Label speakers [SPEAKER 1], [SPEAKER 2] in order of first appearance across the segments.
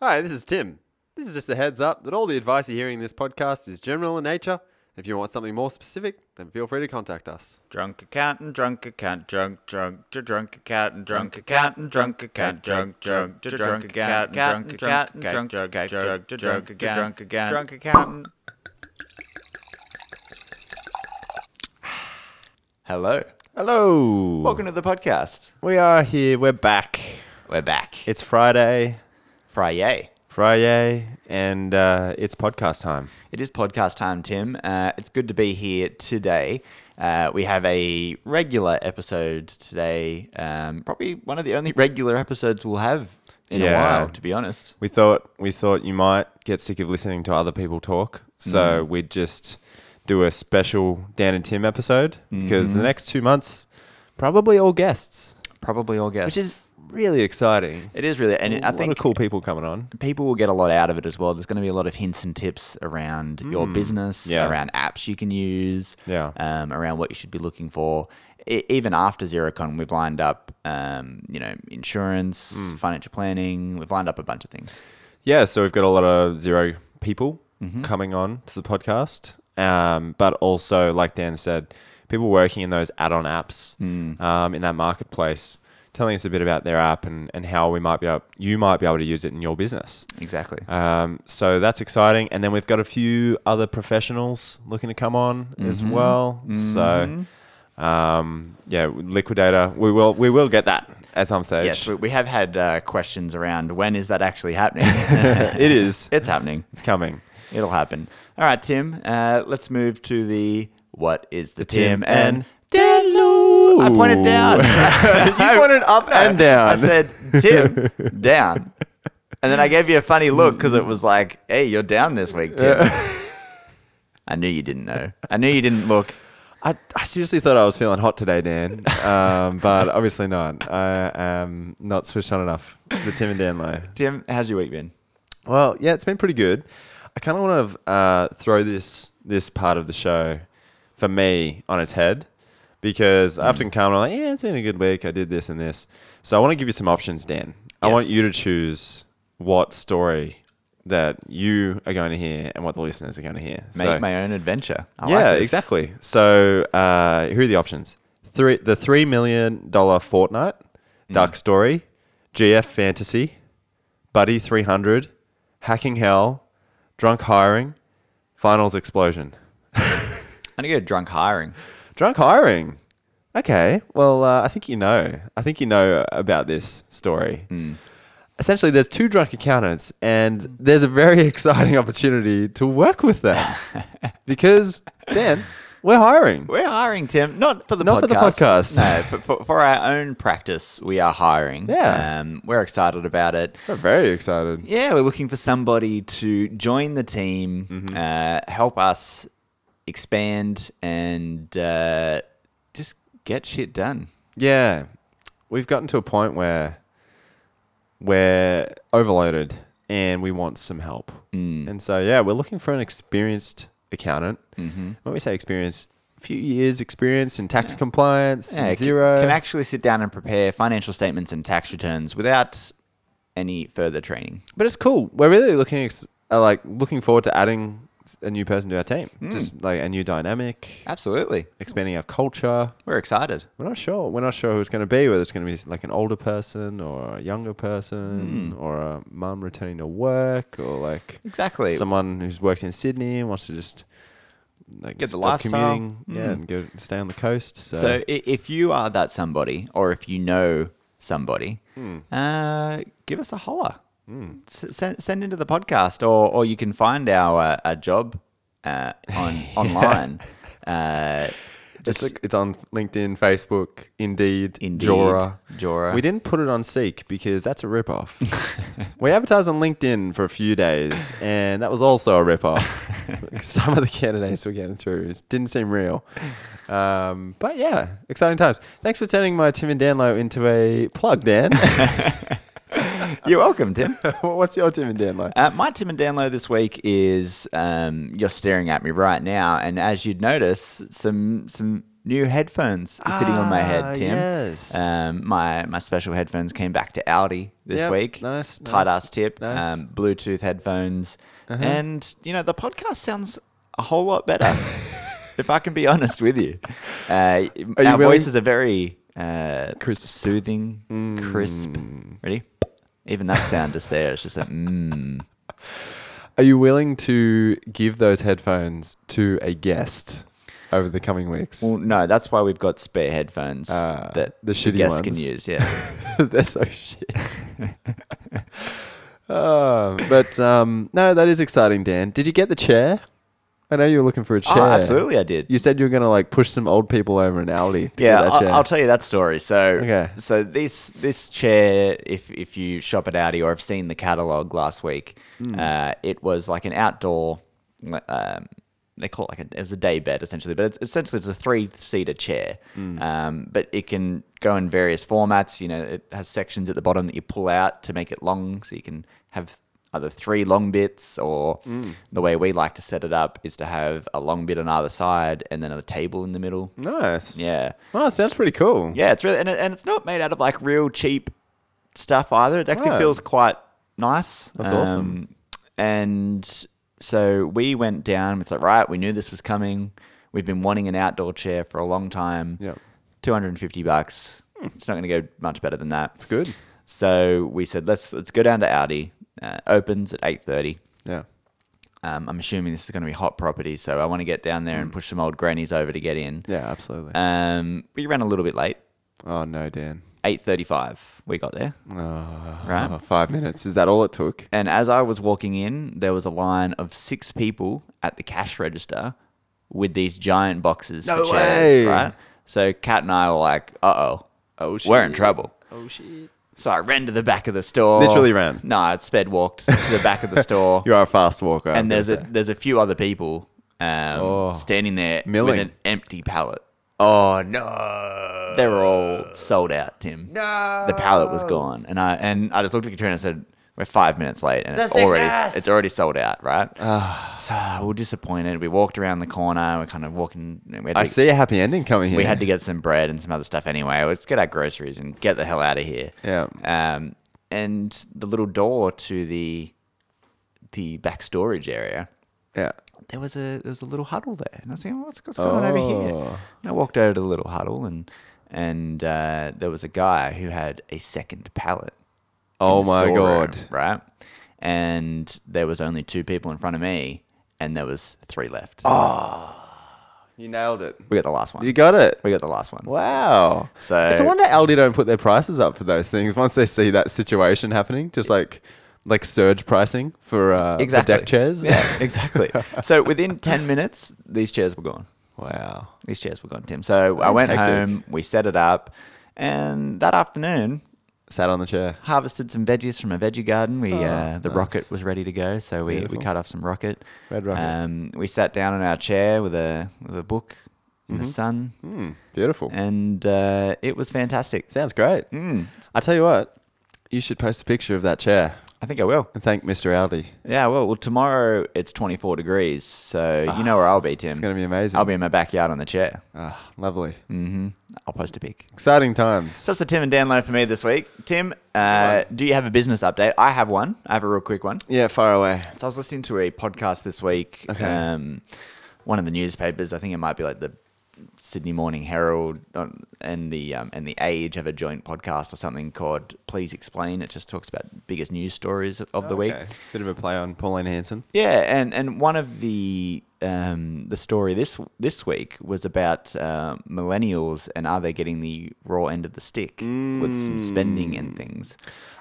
[SPEAKER 1] Hi, this is Tim. This is just a heads up that all the advice you're hearing in this podcast is general in nature. If you want something more specific, then feel free to contact us.
[SPEAKER 2] Drunk accountant, drunk account, drunk, drunk, dr- drunk accountant, drunk accountant, drunk account, drunk, drunk, dr- drunk accountant, drunk accountant, drunk, drunk, drunk, drunk, dr- drunk account, drunk account, drunk accountant. Hello.
[SPEAKER 1] Hello.
[SPEAKER 2] Welcome to the podcast.
[SPEAKER 1] We are here. We're back.
[SPEAKER 2] We're back.
[SPEAKER 1] It's Friday,
[SPEAKER 2] Friday.
[SPEAKER 1] Friday, and uh, it's podcast time.
[SPEAKER 2] It is podcast time, Tim. Uh, it's good to be here today. Uh, we have a regular episode today, um, probably one of the only regular episodes we'll have in
[SPEAKER 1] Yeah.
[SPEAKER 2] a while, to be honest.
[SPEAKER 1] We thought we thought you might get sick of listening to other people talk, so we'd just do a special Dan and Tim episode because the next two months, probably all guests,
[SPEAKER 2] Probably all guests.
[SPEAKER 1] which is really exciting.
[SPEAKER 2] it is really, and
[SPEAKER 1] A
[SPEAKER 2] I
[SPEAKER 1] lot
[SPEAKER 2] think
[SPEAKER 1] of cool people coming on.
[SPEAKER 2] people will get a lot out of it as well. There's going to be a lot of hints and tips around your business,
[SPEAKER 1] Hmm. Yeah.
[SPEAKER 2] around apps you can use,
[SPEAKER 1] Yeah.
[SPEAKER 2] um, around what you should be looking for. E- even after ZeroCon, we've lined up, um, you know, insurance,
[SPEAKER 1] Hmm.
[SPEAKER 2] financial planning. We've lined up a bunch of things.
[SPEAKER 1] Yeah, so we've got a lot of zero people
[SPEAKER 2] Mm-hmm.
[SPEAKER 1] coming on to the podcast, um, but also, like Dan said, people working in those add-on apps
[SPEAKER 2] Mm.
[SPEAKER 1] um, in that marketplace, telling us a bit about their app and, and how we might be able, you might be able to use it in your business.
[SPEAKER 2] Exactly.
[SPEAKER 1] Um, so that's exciting, and then we've got a few other professionals looking to come on as
[SPEAKER 2] Mm-hmm.
[SPEAKER 1] well. So, um, yeah, liquidator, we will we will get that at some stage.
[SPEAKER 2] Yes, we, we have had uh, questions around when is that actually happening?
[SPEAKER 1] it is.
[SPEAKER 2] it's happening.
[SPEAKER 1] It's coming.
[SPEAKER 2] It'll happen. All right, Tim. Uh, let's move to the what is the, Tim,
[SPEAKER 1] Tim and
[SPEAKER 2] and Dan Lou? I pointed down.
[SPEAKER 1] You pointed up and down.
[SPEAKER 2] I said Tim down, and then I gave you a funny look because it was like, "Hey, you're down this week, Tim." I knew you didn't know. I knew you didn't look.
[SPEAKER 1] I, I seriously thought I was feeling hot today, Dan, um, but obviously not. I am not switched on enough for the Tim and Dan low.
[SPEAKER 2] Tim, how's your week been?
[SPEAKER 1] Well, yeah, it's been pretty good. I kind of want to uh, throw this this part of the show for me on its head
[SPEAKER 2] Hmm.
[SPEAKER 1] because I often come and I'm like, yeah, it's been a good week. I did this and this. So I want to give you some options, Dan. I want
[SPEAKER 2] Yes.
[SPEAKER 1] you to choose what story that you are going to hear and what the listeners are going to hear.
[SPEAKER 2] Make
[SPEAKER 1] So-
[SPEAKER 2] my own adventure. I like
[SPEAKER 1] yeah,
[SPEAKER 2] this.
[SPEAKER 1] exactly. So uh, here are the options: three, the three million dollar Fortnite,
[SPEAKER 2] Mm.
[SPEAKER 1] Dark Story, GF Fantasy, Buddy three hundred, Hacking Hell, Drunk Hiring, Finals Explosion.
[SPEAKER 2] I'm gonna go drunk hiring.
[SPEAKER 1] Drunk Hiring. Okay, well, uh, I think you know. I think you know about this story.
[SPEAKER 2] Mm.
[SPEAKER 1] Essentially, there's two drunk accountants, and there's a very exciting opportunity to work with them because then we're hiring.
[SPEAKER 2] We're hiring Tim, not for the
[SPEAKER 1] Not
[SPEAKER 2] podcast.
[SPEAKER 1] for the podcast.
[SPEAKER 2] No, for, for, for our own practice, we are hiring.
[SPEAKER 1] Yeah.
[SPEAKER 2] um, we're excited about it.
[SPEAKER 1] We're very excited.
[SPEAKER 2] Yeah, we're looking for somebody to join the team, uh, help us expand, and uh, just get shit done.
[SPEAKER 1] Yeah, we've gotten to a point where we're overloaded and we want some help. Mm. And so, yeah, we're looking for an experienced accountant. Mm-hmm. When we say experienced, a few years experience in tax compliance,
[SPEAKER 2] Yeah,
[SPEAKER 1] and
[SPEAKER 2] can-
[SPEAKER 1] zero.
[SPEAKER 2] can actually sit down and prepare financial statements and tax returns without any further training.
[SPEAKER 1] but it's cool. We're really looking ex- uh, like looking forward to adding a new person to our team, just like Mm. a new dynamic,
[SPEAKER 2] Absolutely,
[SPEAKER 1] expanding our culture.
[SPEAKER 2] we're excited.
[SPEAKER 1] We're not sure. We're not sure who it's going to be. Whether it's going to be like an older person or a younger person
[SPEAKER 2] Hmm.
[SPEAKER 1] or a mum returning to work or like
[SPEAKER 2] Exactly.
[SPEAKER 1] someone who's worked in Sydney and wants to just like
[SPEAKER 2] Get the
[SPEAKER 1] stop
[SPEAKER 2] lifestyle. Hmm.
[SPEAKER 1] commuting, yeah, and go stay on the coast. So,
[SPEAKER 2] So i- if you are that somebody, or if you know somebody,
[SPEAKER 1] Hmm.
[SPEAKER 2] uh, give us a holler. S- send, send into the podcast, or or you can find our uh, our job uh, on online. Uh,
[SPEAKER 1] it's
[SPEAKER 2] just
[SPEAKER 1] like- it's on LinkedIn, Facebook, Indeed,
[SPEAKER 2] Indeed,
[SPEAKER 1] Jora.
[SPEAKER 2] Jora.
[SPEAKER 1] We didn't put it on Seek because that's a ripoff. we advertised on LinkedIn for a few days, and that was also a ripoff. Some of the candidates were getting through. It didn't seem real. Um, but yeah, exciting times. Thanks for turning my Tim and Danlow into a plug, Dan.
[SPEAKER 2] you're welcome, Tim.
[SPEAKER 1] What's your Tim and Danlow?
[SPEAKER 2] Uh, my Tim and download this week is um, you're staring at me right now, and as you'd notice, some some new headphones sitting on my
[SPEAKER 1] Ah,
[SPEAKER 2] head, Tim.
[SPEAKER 1] yes.
[SPEAKER 2] Um, my my special headphones came back to Audi this
[SPEAKER 1] Yep,
[SPEAKER 2] week.
[SPEAKER 1] nice,
[SPEAKER 2] Tight
[SPEAKER 1] nice,
[SPEAKER 2] ass tip.
[SPEAKER 1] nice. Uh-huh.
[SPEAKER 2] Um, Bluetooth headphones, and you know the podcast sounds a whole lot better. if I can be honest with you, uh, our
[SPEAKER 1] willing-
[SPEAKER 2] voices are very uh,
[SPEAKER 1] Crisp.
[SPEAKER 2] soothing,
[SPEAKER 1] Mm.
[SPEAKER 2] crisp. Ready? Even that sound is there. It's just a mmm.
[SPEAKER 1] Are you willing to give those headphones to a guest over the coming weeks?
[SPEAKER 2] Well, no, that's why we've got spare headphones
[SPEAKER 1] Ah,
[SPEAKER 2] that
[SPEAKER 1] the shitty
[SPEAKER 2] guest can
[SPEAKER 1] ones.
[SPEAKER 2] use. Yeah.
[SPEAKER 1] They're so shit. Oh, but um, no, that is exciting, Dan. Did you get the chair? I know you were looking for a chair.
[SPEAKER 2] oh, absolutely, I did.
[SPEAKER 1] You said you were gonna like push some old people over an alley. To
[SPEAKER 2] yeah,
[SPEAKER 1] get that
[SPEAKER 2] I'll,
[SPEAKER 1] chair.
[SPEAKER 2] I'll tell you that story. So,
[SPEAKER 1] Okay.
[SPEAKER 2] so this this chair, if if you shop at Audi or have seen the catalog last week,
[SPEAKER 1] Hmm.
[SPEAKER 2] uh, it was like an outdoor. Um, they call it like a, it was a day bed essentially, but it's essentially it's a three seater chair.
[SPEAKER 1] Hmm.
[SPEAKER 2] Um, but it can go in various formats. You know, it has sections at the bottom that you pull out to make it long, so you can have either three long bits or
[SPEAKER 1] Hmm.
[SPEAKER 2] the way we like to set it up is to have a long bit on either side and then a table in the middle.
[SPEAKER 1] Hmm. nice.
[SPEAKER 2] Yeah.
[SPEAKER 1] Oh, sounds pretty cool.
[SPEAKER 2] Yeah, it's really and, it, and it's not made out of like real cheap stuff either. It actually
[SPEAKER 1] Right.
[SPEAKER 2] feels quite nice.
[SPEAKER 1] Oh.
[SPEAKER 2] Um,
[SPEAKER 1] That's awesome.
[SPEAKER 2] And so we went down. It's like right, we knew this was coming. We've been wanting an outdoor chair for a long time.
[SPEAKER 1] Yep.
[SPEAKER 2] two hundred and fifty bucks.
[SPEAKER 1] Hmm.
[SPEAKER 2] It's not going to go much better than that.
[SPEAKER 1] It's good.
[SPEAKER 2] So we said let's let's go down to Audi. Uh, opens at eight thirty.
[SPEAKER 1] Yeah.
[SPEAKER 2] Um, I'm assuming this is going to be hot property, so I want to get down there and push some old grannies over to get in.
[SPEAKER 1] Hmm. Yeah, absolutely.
[SPEAKER 2] Um, we ran a little bit late.
[SPEAKER 1] oh no, Dan.
[SPEAKER 2] Eight thirty-five, we got there.
[SPEAKER 1] Oh,
[SPEAKER 2] Right.
[SPEAKER 1] five minutes. Is that all it took?
[SPEAKER 2] And as I was walking in, there was a line of six people at the cash register with these giant boxes
[SPEAKER 1] No
[SPEAKER 2] for chairs,
[SPEAKER 1] way.
[SPEAKER 2] right? So Kat and I were like, "Uh oh, we're in trouble."
[SPEAKER 1] Oh shit.
[SPEAKER 2] So I ran to the back of the store.
[SPEAKER 1] Literally ran.
[SPEAKER 2] No, I sped walked to the back of the store.
[SPEAKER 1] You are a fast walker. I've
[SPEAKER 2] and
[SPEAKER 1] gotta
[SPEAKER 2] there's a
[SPEAKER 1] say.
[SPEAKER 2] there's a few other people um,
[SPEAKER 1] Oh.
[SPEAKER 2] standing there
[SPEAKER 1] Milling.
[SPEAKER 2] with an empty pallet.
[SPEAKER 1] Oh no.
[SPEAKER 2] They were all sold out, Tim.
[SPEAKER 1] No.
[SPEAKER 2] the pallet was gone, and I and I just looked at Katrina and said, "We're five minutes late, and it's
[SPEAKER 1] The
[SPEAKER 2] already
[SPEAKER 1] sickness!"
[SPEAKER 2] it's already sold out, right?" so we were disappointed. We walked around the corner. We're kind of walking. and We had to,
[SPEAKER 1] I see a happy ending coming here.
[SPEAKER 2] We had to get some bread and some other stuff anyway. Let's get our groceries and get the hell out of here.
[SPEAKER 1] Yeah.
[SPEAKER 2] Um, and the little door to the the back storage area
[SPEAKER 1] Yeah.
[SPEAKER 2] there was a there was a little huddle there, and I was thinking, what's, what's going on over here?
[SPEAKER 1] Oh.
[SPEAKER 2] And I walked over to the little huddle, and and uh, there was a guy who had a second pallet. in
[SPEAKER 1] Oh
[SPEAKER 2] the
[SPEAKER 1] my
[SPEAKER 2] storeroom,
[SPEAKER 1] God.
[SPEAKER 2] right, and there was only two people in front of me, and there was three left.
[SPEAKER 1] You nailed it.
[SPEAKER 2] We got the last one.
[SPEAKER 1] Oh. You got it.
[SPEAKER 2] we got the last one.
[SPEAKER 1] Wow.
[SPEAKER 2] So-
[SPEAKER 1] it's a wonder Aldi don't put their prices up for those things once they see that situation happening. Just like like surge pricing for uh for
[SPEAKER 2] Exactly.
[SPEAKER 1] deck chairs.
[SPEAKER 2] Yeah, exactly. so within ten minutes, these chairs were gone.
[SPEAKER 1] wow.
[SPEAKER 2] These chairs were gone, Tim. So I
[SPEAKER 1] is
[SPEAKER 2] went
[SPEAKER 1] hectic.
[SPEAKER 2] home. We set it up, and that afternoon
[SPEAKER 1] Sat on the chair.
[SPEAKER 2] harvested some veggies from a veggie garden. We uh,
[SPEAKER 1] Oh,
[SPEAKER 2] the
[SPEAKER 1] nice.
[SPEAKER 2] rocket was ready to go, so we, we
[SPEAKER 1] Beautiful.
[SPEAKER 2] cut off some rocket.
[SPEAKER 1] Red rocket.
[SPEAKER 2] Um, we sat down in our chair with a with a book in the sun,
[SPEAKER 1] Hmm. Beautiful.
[SPEAKER 2] and uh, it was fantastic.
[SPEAKER 1] Sounds great.
[SPEAKER 2] Mm,
[SPEAKER 1] I tell you what, you should post a picture of that chair
[SPEAKER 2] I think I will.
[SPEAKER 1] and thank Mr. Aldi.
[SPEAKER 2] Yeah, well, well, tomorrow it's 24 degrees, so you know where I'll be, Tim.
[SPEAKER 1] It's going to be amazing.
[SPEAKER 2] I'll be in my backyard on the chair.
[SPEAKER 1] Ah, lovely.
[SPEAKER 2] hmm I'll post a pic.
[SPEAKER 1] Exciting times.
[SPEAKER 2] So that's the Tim and Dan low for me this week. Tim, uh, do you have a business update? I have one. I have a real quick one.
[SPEAKER 1] yeah, far away.
[SPEAKER 2] So I was listening to a podcast this week.
[SPEAKER 1] Okay.
[SPEAKER 2] Um, one of the newspapers, I think it might be like the Sydney Morning Herald um, and the um, and the Age have a joint podcast or something called "Please Explain." It just talks about biggest news stories of the week.
[SPEAKER 1] Okay. Bit of a play on Pauline Hanson.
[SPEAKER 2] Yeah, and, and one of the um, the story this this week was about uh, millennials and are they getting the raw end of the stick with some spending
[SPEAKER 1] Mm.
[SPEAKER 2] and things.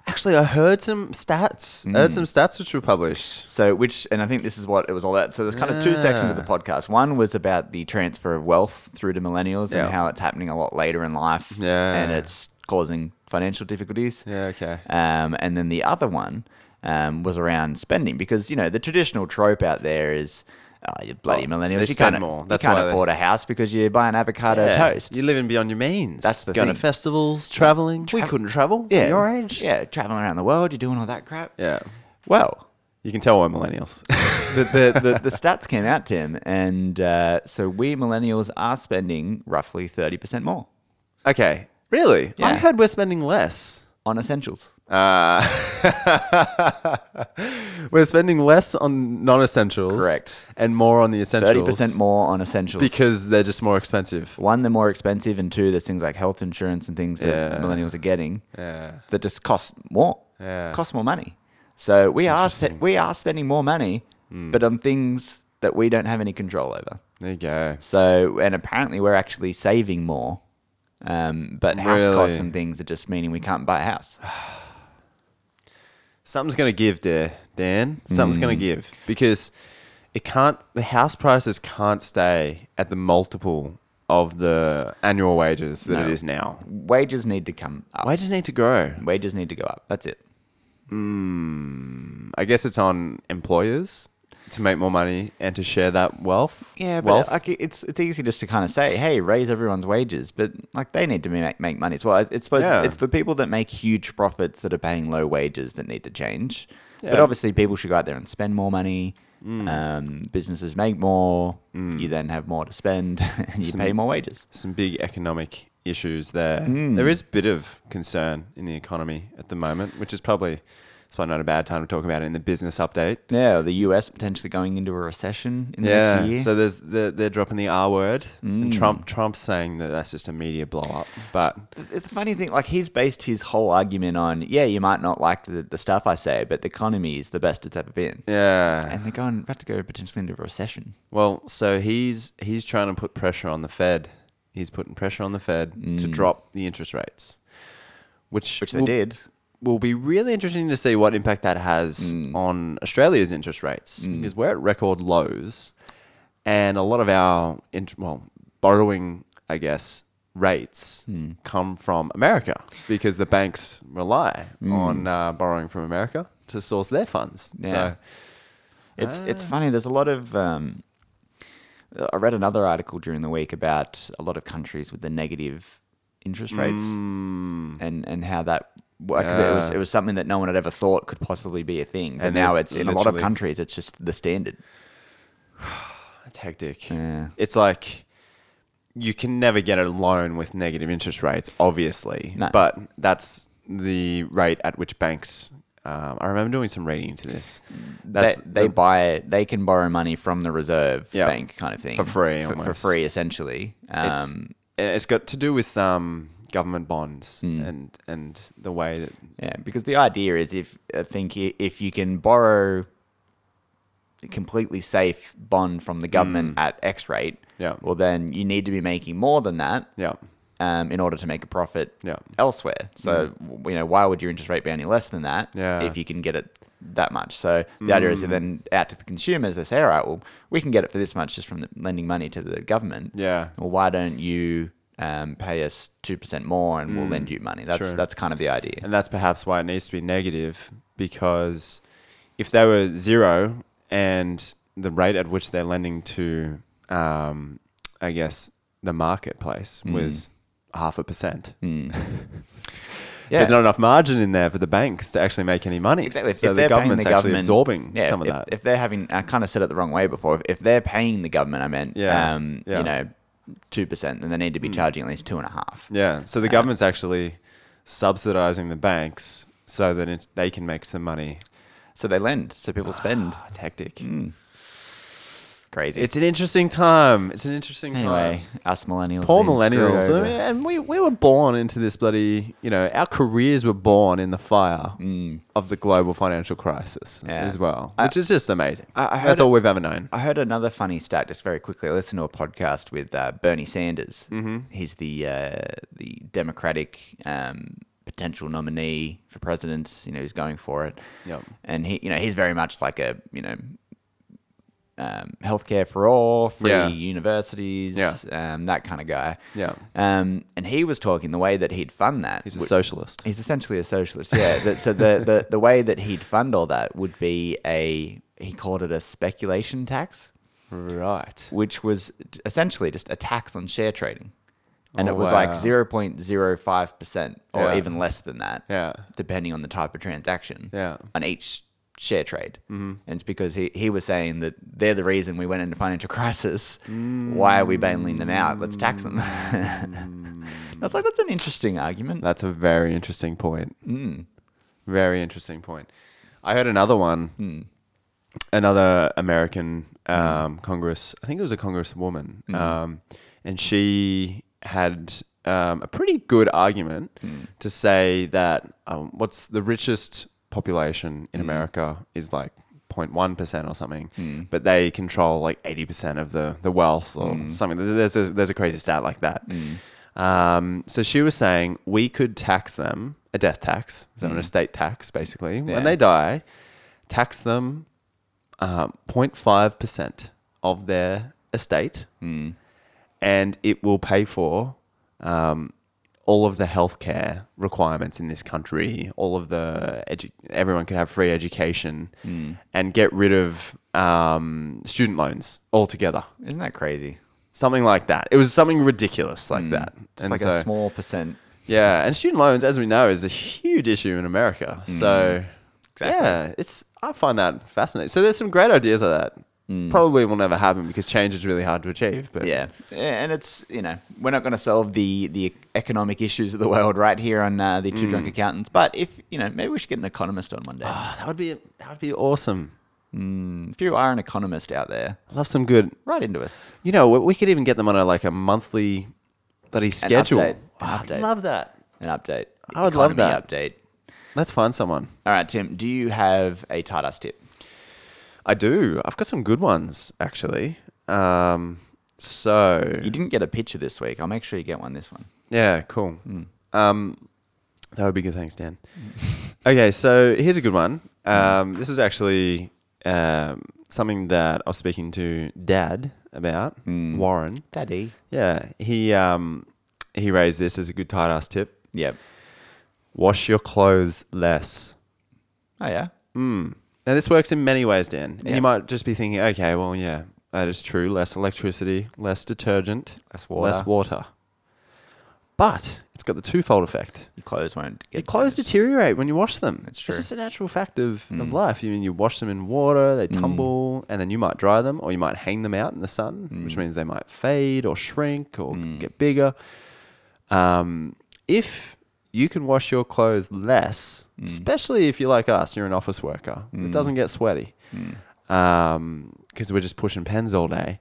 [SPEAKER 1] Actually, I heard some stats.
[SPEAKER 2] Hmm.
[SPEAKER 1] I heard some stats which were published.
[SPEAKER 2] So, which, and I think this is what it was all about. So, there's kind of two sections of the
[SPEAKER 1] Ah.
[SPEAKER 2] podcast. One was about the transfer of wealth through to millennials
[SPEAKER 1] Yeah.
[SPEAKER 2] and how it's happening a lot later in life.
[SPEAKER 1] Yeah.
[SPEAKER 2] And it's causing financial difficulties.
[SPEAKER 1] Yeah, okay.
[SPEAKER 2] Um, and then the other one um, was around spending because, you know, the traditional trope out there is. Oh, you bloody
[SPEAKER 1] Well,
[SPEAKER 2] millennials!
[SPEAKER 1] they
[SPEAKER 2] You
[SPEAKER 1] spend
[SPEAKER 2] can't,
[SPEAKER 1] more.
[SPEAKER 2] you
[SPEAKER 1] That's
[SPEAKER 2] can't
[SPEAKER 1] why they-
[SPEAKER 2] afford a house because you buy an avocado
[SPEAKER 1] Yeah,
[SPEAKER 2] toast.
[SPEAKER 1] You're living beyond your means.
[SPEAKER 2] That's the
[SPEAKER 1] Going
[SPEAKER 2] thing.
[SPEAKER 1] to festivals, traveling. we couldn't travel
[SPEAKER 2] yeah,
[SPEAKER 1] at your age.
[SPEAKER 2] yeah, traveling around the world, you're doing all that crap.
[SPEAKER 1] Yeah.
[SPEAKER 2] Well,
[SPEAKER 1] You can tell we're millennials.
[SPEAKER 2] the, the, the, the stats came out, Tim, and uh, so we millennials are spending roughly 30% more
[SPEAKER 1] Okay. Really? I
[SPEAKER 2] Yeah.
[SPEAKER 1] heard we're spending less.
[SPEAKER 2] on essentials.
[SPEAKER 1] Uh, we're spending less on non-essentials,
[SPEAKER 2] Correct.
[SPEAKER 1] and more on the essentials.
[SPEAKER 2] 30% more on essentials.
[SPEAKER 1] because they're just more expensive.
[SPEAKER 2] one, they're more expensive, and two, there's things like health insurance and things that
[SPEAKER 1] Yeah.
[SPEAKER 2] millennials are getting
[SPEAKER 1] Yeah.
[SPEAKER 2] that just cost more,
[SPEAKER 1] Yeah.
[SPEAKER 2] cost more money. So we are se- we are spending more money,
[SPEAKER 1] Hmm.
[SPEAKER 2] but on things that we don't have any control over.
[SPEAKER 1] There you go.
[SPEAKER 2] So, and apparently we're actually saving more, um, but house costs
[SPEAKER 1] Really?
[SPEAKER 2] and things are just meaning we can't buy a house.
[SPEAKER 1] Something's gonna give there, Dan. Something's
[SPEAKER 2] Mm.
[SPEAKER 1] gonna give because it can't. The house prices can't stay at the multiple of the annual wages that
[SPEAKER 2] No.
[SPEAKER 1] it is now.
[SPEAKER 2] Wages need to come up.
[SPEAKER 1] Wages need to grow.
[SPEAKER 2] Wages need to go up. That's it. Mm.
[SPEAKER 1] I guess it's on employers to make more money and to share that wealth.
[SPEAKER 2] Yeah, but
[SPEAKER 1] wealth.
[SPEAKER 2] like it's it's easy just to kind of say, hey, raise everyone's wages, but like they need to make make money as well. It- It's supposed
[SPEAKER 1] Yeah.
[SPEAKER 2] it's the people that make huge profits that are paying low wages that need to change. But
[SPEAKER 1] Yeah. Mm.
[SPEAKER 2] obviously, people should go out there and spend more money. Um, businesses make more. You then have more to spend, and you pay more wages.
[SPEAKER 1] some big economic issues there.
[SPEAKER 2] Mm.
[SPEAKER 1] There is a bit of concern in the economy at the moment, which is probably it's probably not a bad time to talk about it in the business update.
[SPEAKER 2] Yeah, the U.S. potentially going into a recession in the next year.
[SPEAKER 1] So there's the, they're dropping the R word, and Trump Trump's saying that that's just a media blow up. But
[SPEAKER 2] It's a funny thing, like he's based his whole argument on, yeah, you might not like the, the stuff I say, but the economy is the best it's ever been.
[SPEAKER 1] yeah,
[SPEAKER 2] And they're going about to go potentially into a recession.
[SPEAKER 1] well, so he's he's trying to put pressure on the Fed. He's putting pressure on the Fed to drop the interest rates, which
[SPEAKER 2] Which they
[SPEAKER 1] will-
[SPEAKER 2] did.
[SPEAKER 1] will be really interesting to see what impact that has
[SPEAKER 2] Mm.
[SPEAKER 1] on Australia's interest rates because we're at record lows, and a lot of our int- well borrowing, I guess, rates
[SPEAKER 2] Mm.
[SPEAKER 1] come from America because the banks rely
[SPEAKER 2] Mm.
[SPEAKER 1] on uh, borrowing from America to source their funds.
[SPEAKER 2] Yeah.
[SPEAKER 1] So
[SPEAKER 2] It's
[SPEAKER 1] ah.
[SPEAKER 2] it's funny, there's a lot of um, I read another article during the week about a lot of countries with the negative interest rates and, and how that works. It was
[SPEAKER 1] Mm. Yeah.
[SPEAKER 2] it was something that no one had ever thought could possibly be a thing. But
[SPEAKER 1] And
[SPEAKER 2] now
[SPEAKER 1] there's
[SPEAKER 2] it's in a lot of
[SPEAKER 1] literally-
[SPEAKER 2] countries it's just the standard.
[SPEAKER 1] it's hectic.
[SPEAKER 2] Yeah.
[SPEAKER 1] It's like you can never get a loan with negative interest rates, obviously,
[SPEAKER 2] No.
[SPEAKER 1] but that's the rate at which banks. Um, I remember doing some reading into this. That's
[SPEAKER 2] they, they buy it. They can borrow money from the reserve
[SPEAKER 1] Yeah.
[SPEAKER 2] bank, kind of thing,
[SPEAKER 1] For free,
[SPEAKER 2] for, for
[SPEAKER 1] almost.
[SPEAKER 2] free essentially. Um,
[SPEAKER 1] it's, it's got to do with um, government bonds
[SPEAKER 2] Hmm.
[SPEAKER 1] and and the way that
[SPEAKER 2] yeah, because the idea is if I think i- if you can borrow a completely safe bond from the
[SPEAKER 1] Mm.
[SPEAKER 2] government at X rate,
[SPEAKER 1] Yeah.
[SPEAKER 2] well then you need to be making more than that,
[SPEAKER 1] yeah
[SPEAKER 2] um, in order to make a profit,
[SPEAKER 1] Yeah.
[SPEAKER 2] elsewhere. So w you know why would your interest rate be any less than that?
[SPEAKER 1] Mm. Yeah. Mm.
[SPEAKER 2] if you can get it that much. So the idea is to then out to the consumers, they say, all right, well we can get it for this much just from the, lending money to the government.
[SPEAKER 1] yeah
[SPEAKER 2] well, why don't you um, pay us two percent more and we'll lend you money? That's
[SPEAKER 1] Mm. true.
[SPEAKER 2] that's kind of the idea.
[SPEAKER 1] and that's perhaps why it needs to be negative because if they were zero and the rate at which they're lending to um, I guess the marketplace
[SPEAKER 2] Mm.
[SPEAKER 1] was half a percent.
[SPEAKER 2] Yeah,
[SPEAKER 1] There's not enough margin in there for the banks to actually make any money.
[SPEAKER 2] exactly.
[SPEAKER 1] So
[SPEAKER 2] they're
[SPEAKER 1] the
[SPEAKER 2] paying
[SPEAKER 1] government's actually absorbing
[SPEAKER 2] yeah,
[SPEAKER 1] some of
[SPEAKER 2] if,
[SPEAKER 1] that.
[SPEAKER 2] If they're having, I kind of said it the wrong way before. If, if they're paying the government, I meant,
[SPEAKER 1] Yeah,
[SPEAKER 2] um,
[SPEAKER 1] yeah. Hmm.
[SPEAKER 2] you know, two percent, then they need to be charging at least two and a half.
[SPEAKER 1] Yeah. So the government's actually subsidizing the banks so that it, they can make some money.
[SPEAKER 2] So they lend, so people spend.
[SPEAKER 1] Ah, It's hectic.
[SPEAKER 2] Crazy.
[SPEAKER 1] It's an interesting time. It's an interesting
[SPEAKER 2] anyway,
[SPEAKER 1] time.
[SPEAKER 2] us millennials.
[SPEAKER 1] Poor
[SPEAKER 2] being screwed
[SPEAKER 1] millennials.
[SPEAKER 2] over.
[SPEAKER 1] And we, we were born into this bloody, you know, our careers were born in the fire of the global financial crisis
[SPEAKER 2] Mm. Yeah.
[SPEAKER 1] as well,
[SPEAKER 2] I-
[SPEAKER 1] which is just amazing.
[SPEAKER 2] I- I heard
[SPEAKER 1] That's
[SPEAKER 2] it-
[SPEAKER 1] all we've ever known.
[SPEAKER 2] I heard another funny stat just very quickly. I listened to a podcast with uh, Bernie Sanders. Mm-hmm. He's the uh, the Democratic um, potential nominee for president. You know, he's going for it.
[SPEAKER 1] Yep.
[SPEAKER 2] And he, you know, he's very much like a you know, um, healthcare for all, free
[SPEAKER 1] Yeah.
[SPEAKER 2] universities,
[SPEAKER 1] Yeah.
[SPEAKER 2] um, that kind of guy.
[SPEAKER 1] Yeah.
[SPEAKER 2] Um, and he was talking the way that he'd fund that.
[SPEAKER 1] He's a
[SPEAKER 2] would-
[SPEAKER 1] socialist.
[SPEAKER 2] He's essentially a socialist, yeah. That- so the, the, the way that he'd fund all that would be a, he called it a speculation tax,
[SPEAKER 1] Right.
[SPEAKER 2] which was t- essentially just a tax on share trading. And
[SPEAKER 1] Oh,
[SPEAKER 2] it was like
[SPEAKER 1] wow.
[SPEAKER 2] 0.05% or
[SPEAKER 1] Yeah.
[SPEAKER 2] even less than that,
[SPEAKER 1] Yeah.
[SPEAKER 2] depending on the type of transaction
[SPEAKER 1] Yeah.
[SPEAKER 2] on each share trade.
[SPEAKER 1] Mm-hmm.
[SPEAKER 2] And it's because he, he was saying that they're the reason we went into financial crisis. Why are we bailing them out? Let's tax them.
[SPEAKER 1] Mm.
[SPEAKER 2] I was like, that's an interesting argument.
[SPEAKER 1] That's a very interesting point.
[SPEAKER 2] Mm.
[SPEAKER 1] Very interesting point. I heard another one, another American um, Congress. I think it was a congresswoman, um, and she had um, a pretty good argument to say that um, what's the richest population in America is like 0.1 percent or something, but they control like 80 percent of the the wealth or something. There's a, there's a crazy stat like that. Um, so she was saying we could tax them a death tax, so an estate tax, basically.
[SPEAKER 2] Yeah.
[SPEAKER 1] When they die, tax them um, 0.5 percent of their estate,
[SPEAKER 2] Hmm.
[SPEAKER 1] and it will pay for. Um, all of the healthcare requirements in this country, all of the edu- everyone can have free education,
[SPEAKER 2] Hmm.
[SPEAKER 1] and get rid of um, student loans altogether.
[SPEAKER 2] Isn't that crazy?
[SPEAKER 1] Something like that. It was something ridiculous like that.
[SPEAKER 2] Hmm. Just like
[SPEAKER 1] so-
[SPEAKER 2] a small percent.
[SPEAKER 1] yeah, and student loans, as we know, is a huge issue in America. So,
[SPEAKER 2] Mm. Exactly.
[SPEAKER 1] yeah, it's I find that fascinating. So there's some great ideas like that. Probably will never happen because change is really hard to achieve. But
[SPEAKER 2] Mm. Yeah, and it's you know we're not going to solve the the economic issues of the world right here on uh, the two drunk accountants. But if you know, maybe we should get an economist on one day.
[SPEAKER 1] Mm. Ah, that would be that would be awesome.
[SPEAKER 2] if you are an economist out there,
[SPEAKER 1] I love some good.
[SPEAKER 2] write into us.
[SPEAKER 1] You know, we- we could even get them on a like a monthly bloody schedule.
[SPEAKER 2] update, an
[SPEAKER 1] Ah,
[SPEAKER 2] update.
[SPEAKER 1] I'd love that.
[SPEAKER 2] An update.
[SPEAKER 1] I would love
[SPEAKER 2] Economy
[SPEAKER 1] that.
[SPEAKER 2] update.
[SPEAKER 1] Let's find someone.
[SPEAKER 2] All right, Tim. Do you have a tight ass tip?
[SPEAKER 1] I do. I've got some good ones actually. Um, so
[SPEAKER 2] You didn't get a picture this week. I'll make sure you get one this one.
[SPEAKER 1] Yeah, cool.
[SPEAKER 2] Mm.
[SPEAKER 1] Um, that would be good. Thanks, Dan. okay, so here's a good one. Um, this is actually um, something that I was speaking to Dad about,
[SPEAKER 2] Mm.
[SPEAKER 1] Warren.
[SPEAKER 2] Daddy.
[SPEAKER 1] Yeah, he um, he raised this as a good tight ass tip.
[SPEAKER 2] Yep.
[SPEAKER 1] Wash your clothes less.
[SPEAKER 2] Oh yeah.
[SPEAKER 1] Now this works in many ways, Dan. And
[SPEAKER 2] Yeah.
[SPEAKER 1] you might just be thinking, okay, well, yeah, that is true. Less electricity, less detergent,
[SPEAKER 2] Less
[SPEAKER 1] less water. But it's got the twofold effect.
[SPEAKER 2] Your clothes won't get
[SPEAKER 1] Your clothes deteriorate when you wash them.
[SPEAKER 2] That's true. Mm.
[SPEAKER 1] It's just a natural fact of, of life. You mean you wash them in water, they tumble, and then you might dry them or you might hang them out in the sun,
[SPEAKER 2] Mm.
[SPEAKER 1] which means they might fade or shrink or get bigger. Um, if you can wash your clothes less,
[SPEAKER 2] Mm.
[SPEAKER 1] especially if you're like us, you're an office worker, it doesn't get sweaty
[SPEAKER 2] Mm.
[SPEAKER 1] because we're just pushing pens all day.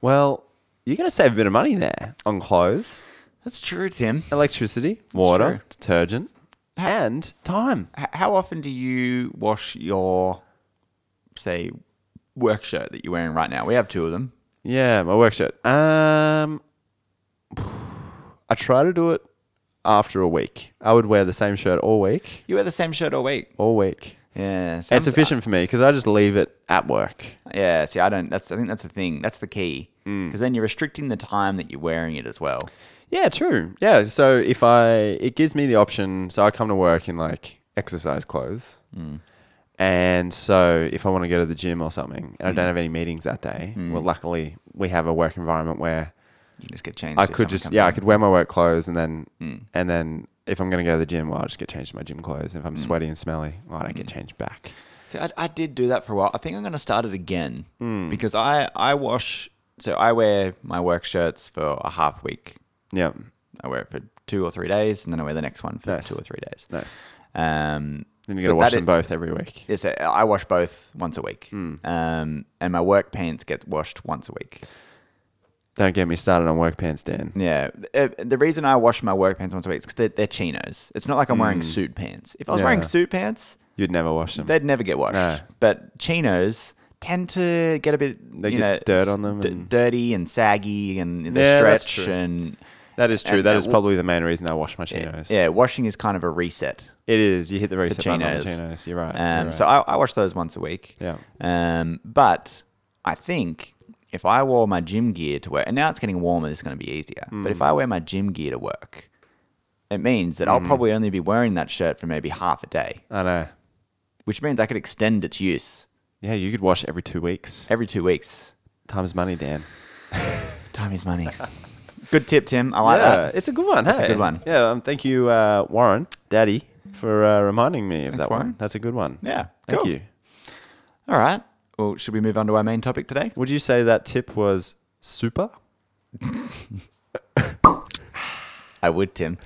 [SPEAKER 1] Well, you're going to save a bit of money there on clothes
[SPEAKER 2] That's true, Tim.
[SPEAKER 1] electricity, water,
[SPEAKER 2] true.
[SPEAKER 1] detergent, and time.
[SPEAKER 2] H- how often do you wash your, say, work shirt that you're wearing right now? We have two of them.
[SPEAKER 1] Yeah, my work shirt. Um, I try to do it after a week. I would wear the same shirt all week,
[SPEAKER 2] You wear the same shirt all week.
[SPEAKER 1] all week.
[SPEAKER 2] Yeah, some-
[SPEAKER 1] It's efficient for me because I just leave it at work.
[SPEAKER 2] Yeah, see, I don't. That's I think that's the thing. That's the key. Because then you're restricting the time that you're wearing it as well.
[SPEAKER 1] Yeah, true. Yeah, so if I, it gives me the option. So I come to work in like exercise clothes, and so if I want to go to the gym or something, and I don't have any meetings that day, well, luckily we have a work environment where
[SPEAKER 2] You can just get changed.
[SPEAKER 1] I
[SPEAKER 2] if
[SPEAKER 1] could
[SPEAKER 2] someone
[SPEAKER 1] just
[SPEAKER 2] comes
[SPEAKER 1] yeah, I
[SPEAKER 2] in.
[SPEAKER 1] could wear my work clothes and then
[SPEAKER 2] Hmm.
[SPEAKER 1] and then if I'm gonna go to the gym, well, I'll just get changed to my gym clothes.
[SPEAKER 2] Hmm.
[SPEAKER 1] If I'm sweaty and smelly, well, I don't get changed back.
[SPEAKER 2] See, I, I did do that for a while. I think I'm going to start it again
[SPEAKER 1] Hmm.
[SPEAKER 2] because I I wash. So I wear my work shirts for a half week.
[SPEAKER 1] Yeah,
[SPEAKER 2] I wear it for two or three days, and then I wear the next one for
[SPEAKER 1] Nice.
[SPEAKER 2] two or three days.
[SPEAKER 1] nice.
[SPEAKER 2] Um,
[SPEAKER 1] Then you gotta
[SPEAKER 2] but
[SPEAKER 1] wash
[SPEAKER 2] that
[SPEAKER 1] them
[SPEAKER 2] i-
[SPEAKER 1] both every week.
[SPEAKER 2] Yes, I- I wash both once a week,
[SPEAKER 1] Hmm.
[SPEAKER 2] um, and my work pants get washed once a week.
[SPEAKER 1] Don't get me started on work pants, Dan.
[SPEAKER 2] Yeah. Uh, The reason I wash my work pants once a week is because they're, they're chinos. It's not like I'm wearing suit pants. If I was wearing
[SPEAKER 1] Hmm. Yeah.
[SPEAKER 2] suit pants,
[SPEAKER 1] You'd never wash them.
[SPEAKER 2] they'd never get washed.
[SPEAKER 1] No.
[SPEAKER 2] But chinos tend to get a bit,
[SPEAKER 1] They
[SPEAKER 2] you
[SPEAKER 1] get
[SPEAKER 2] know,
[SPEAKER 1] dirt
[SPEAKER 2] s-
[SPEAKER 1] on them
[SPEAKER 2] d-
[SPEAKER 1] and-
[SPEAKER 2] dirty and saggy and they
[SPEAKER 1] Yeah, that's
[SPEAKER 2] stretch
[SPEAKER 1] true.
[SPEAKER 2] and
[SPEAKER 1] That is true.
[SPEAKER 2] and-
[SPEAKER 1] That
[SPEAKER 2] and
[SPEAKER 1] is
[SPEAKER 2] w-
[SPEAKER 1] probably the main reason I wash my chinos.
[SPEAKER 2] yeah, washing is kind of a reset.
[SPEAKER 1] It is. You hit the reset button on the
[SPEAKER 2] chinos.
[SPEAKER 1] chinos. You're right.
[SPEAKER 2] Um,
[SPEAKER 1] you're right.
[SPEAKER 2] So I, I wash those once a week.
[SPEAKER 1] Yeah.
[SPEAKER 2] Um, but I think if I wore my gym gear to work, and now it's getting warmer, this is going to be easier. But
[SPEAKER 1] Hmm.
[SPEAKER 2] if I wear my gym gear to work, it means that I'll
[SPEAKER 1] Hmm.
[SPEAKER 2] probably only be wearing that shirt for maybe half a day,
[SPEAKER 1] I know.
[SPEAKER 2] which means I could extend its use
[SPEAKER 1] Yeah, you could wash every two weeks.
[SPEAKER 2] every two weeks.
[SPEAKER 1] Time's money, Dan.
[SPEAKER 2] Time is money. Good tip, Tim. I like
[SPEAKER 1] yeah,
[SPEAKER 2] that.
[SPEAKER 1] it's a good one.
[SPEAKER 2] That's a
[SPEAKER 1] hey?
[SPEAKER 2] good one.
[SPEAKER 1] Yeah, um, thank you, uh, Warren, Daddy, for uh, reminding me of that
[SPEAKER 2] Warren.
[SPEAKER 1] one. That's a good one.
[SPEAKER 2] Yeah.
[SPEAKER 1] Thank
[SPEAKER 2] cool.
[SPEAKER 1] you.
[SPEAKER 2] All right. Well, should we move on to our main topic today?
[SPEAKER 1] Would you say that tip was super?
[SPEAKER 2] I would, Tim.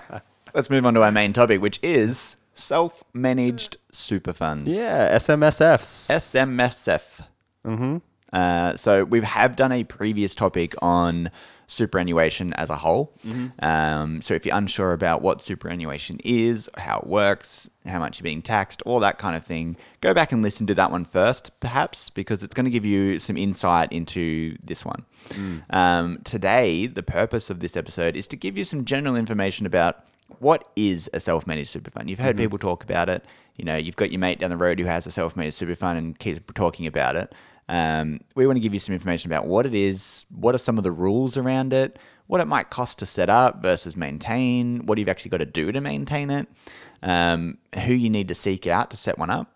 [SPEAKER 2] Let's move on to our main topic, which is self managed super funds.
[SPEAKER 1] Yeah, SMSFs.
[SPEAKER 2] SMSF. Mm-hmm. Uh, so we have done a previous topic on superannuation as a whole. Um, so if you're unsure about what superannuation is, how it works, how much you're being taxed, all that kind of thing, go back and listen to that one first, perhaps, because it's going to give you some insight into this one. Um, today, the purpose of this episode is to give you some general information about what is a self-managed super fund? You've heard people talk about it. You know, you've got your mate down the road who has a self-managed super fund and keeps talking about it. Um, we want to give you some information about what it is, what are some of the rules around it, what it might cost to set up versus maintain, what you've actually got to do to maintain it, um, who you need to seek out to set one up,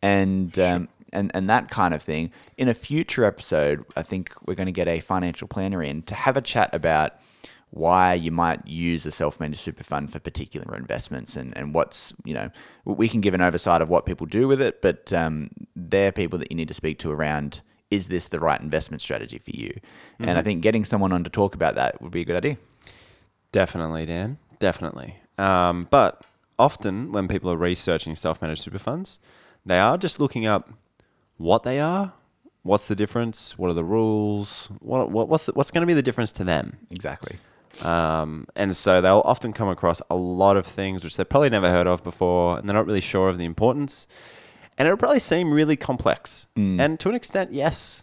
[SPEAKER 2] and um, and and that kind of thing. In a future episode, I think we're going to get a financial planner in to have a chat about why you might use a self-managed super fund for particular investments and, and what's you know we can give an oversight of what people do with it but um, they're people that you need to speak to around is this the right investment strategy for you and i think getting someone on to talk about that would be a good idea
[SPEAKER 1] Definitely, Dan. Definitely. Um, but often when people are researching self managed super funds, they are just looking up what they are, what's the difference, what are the rules, what, what, what's, the, what's going to be the difference to them.
[SPEAKER 2] exactly
[SPEAKER 1] Um, and so they'll often come across a lot of things which they've probably never heard of before, and they're not really sure of the importance. And it'll probably seem really complex. And to an extent, yes,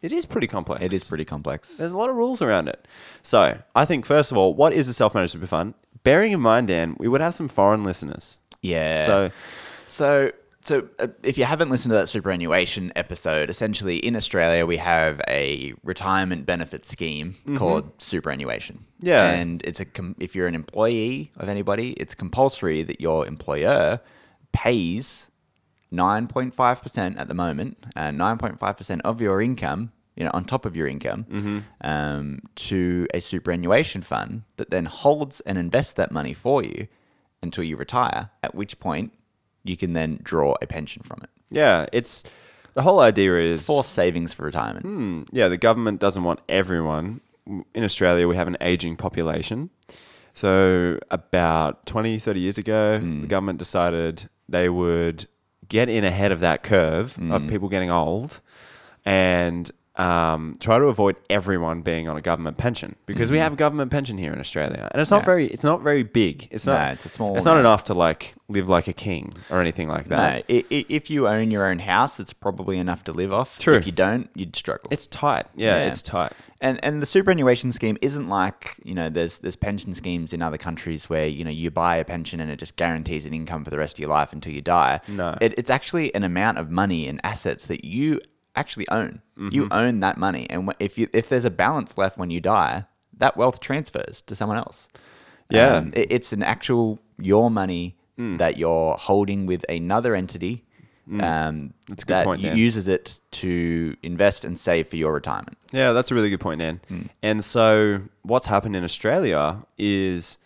[SPEAKER 1] it is pretty complex.
[SPEAKER 2] Mm. it is pretty complex
[SPEAKER 1] There's a lot of rules around it. So I think, first of all, what is a self managed super fund? Bearing in mind, Dan, we would have some foreign listeners.
[SPEAKER 2] yeah
[SPEAKER 1] So,
[SPEAKER 2] So, so uh, if you haven't listened to that superannuation episode, essentially in Australia we have a retirement benefit scheme called superannuation.
[SPEAKER 1] Yeah.
[SPEAKER 2] and it's a com- if you're an employee of anybody, it's compulsory that your employer pays nine point five percent at the moment, uh, nine point five percent of your income. You know, on top of your income,
[SPEAKER 1] Mm-hmm.
[SPEAKER 2] um, to a superannuation fund that then holds and invests that money for you until you retire. At which point, you can then draw a pension from it.
[SPEAKER 1] yeah, it's the whole idea is
[SPEAKER 2] Forced savings for retirement.
[SPEAKER 1] Hmm, yeah, the government doesn't want everyone. In Australia, we have an aging population. So, about 20, 30 years ago,
[SPEAKER 2] Hmm.
[SPEAKER 1] the government decided they would get in ahead of that curve
[SPEAKER 2] Hmm.
[SPEAKER 1] of people getting old and um, try to avoid everyone being on a government pension because we have a government pension here in Australia. And it's not
[SPEAKER 2] Hmm. Yeah.
[SPEAKER 1] very it's not very big. It's not
[SPEAKER 2] No, it's a small
[SPEAKER 1] It's not
[SPEAKER 2] amount.
[SPEAKER 1] enough to like live like a king or anything like
[SPEAKER 2] No,
[SPEAKER 1] that.
[SPEAKER 2] i- i- if you own your own house, it's probably enough to live off.
[SPEAKER 1] True.
[SPEAKER 2] If you don't, you'd struggle.
[SPEAKER 1] It's tight. Yeah,
[SPEAKER 2] Yeah.
[SPEAKER 1] it's tight.
[SPEAKER 2] and and the superannuation scheme isn't like you know there's there's pension schemes in other countries where you know you buy a pension and it just guarantees an income for the rest of your life until you die.
[SPEAKER 1] No.
[SPEAKER 2] it, it's actually an amount of money and assets that you actually own. You
[SPEAKER 1] Mm-hmm.
[SPEAKER 2] own that money, and wh- if you if there's a balance left when you die, that wealth transfers to someone else.
[SPEAKER 1] Yeah. Mm.
[SPEAKER 2] it, it's an actual your money that you're holding with another entity. Um,
[SPEAKER 1] That's a good
[SPEAKER 2] that
[SPEAKER 1] point, Dan.
[SPEAKER 2] uses it to invest and save for your retirement.
[SPEAKER 1] Yeah, that's a really good point, Dan.
[SPEAKER 2] Hmm.
[SPEAKER 1] And so, what's happened in Australia is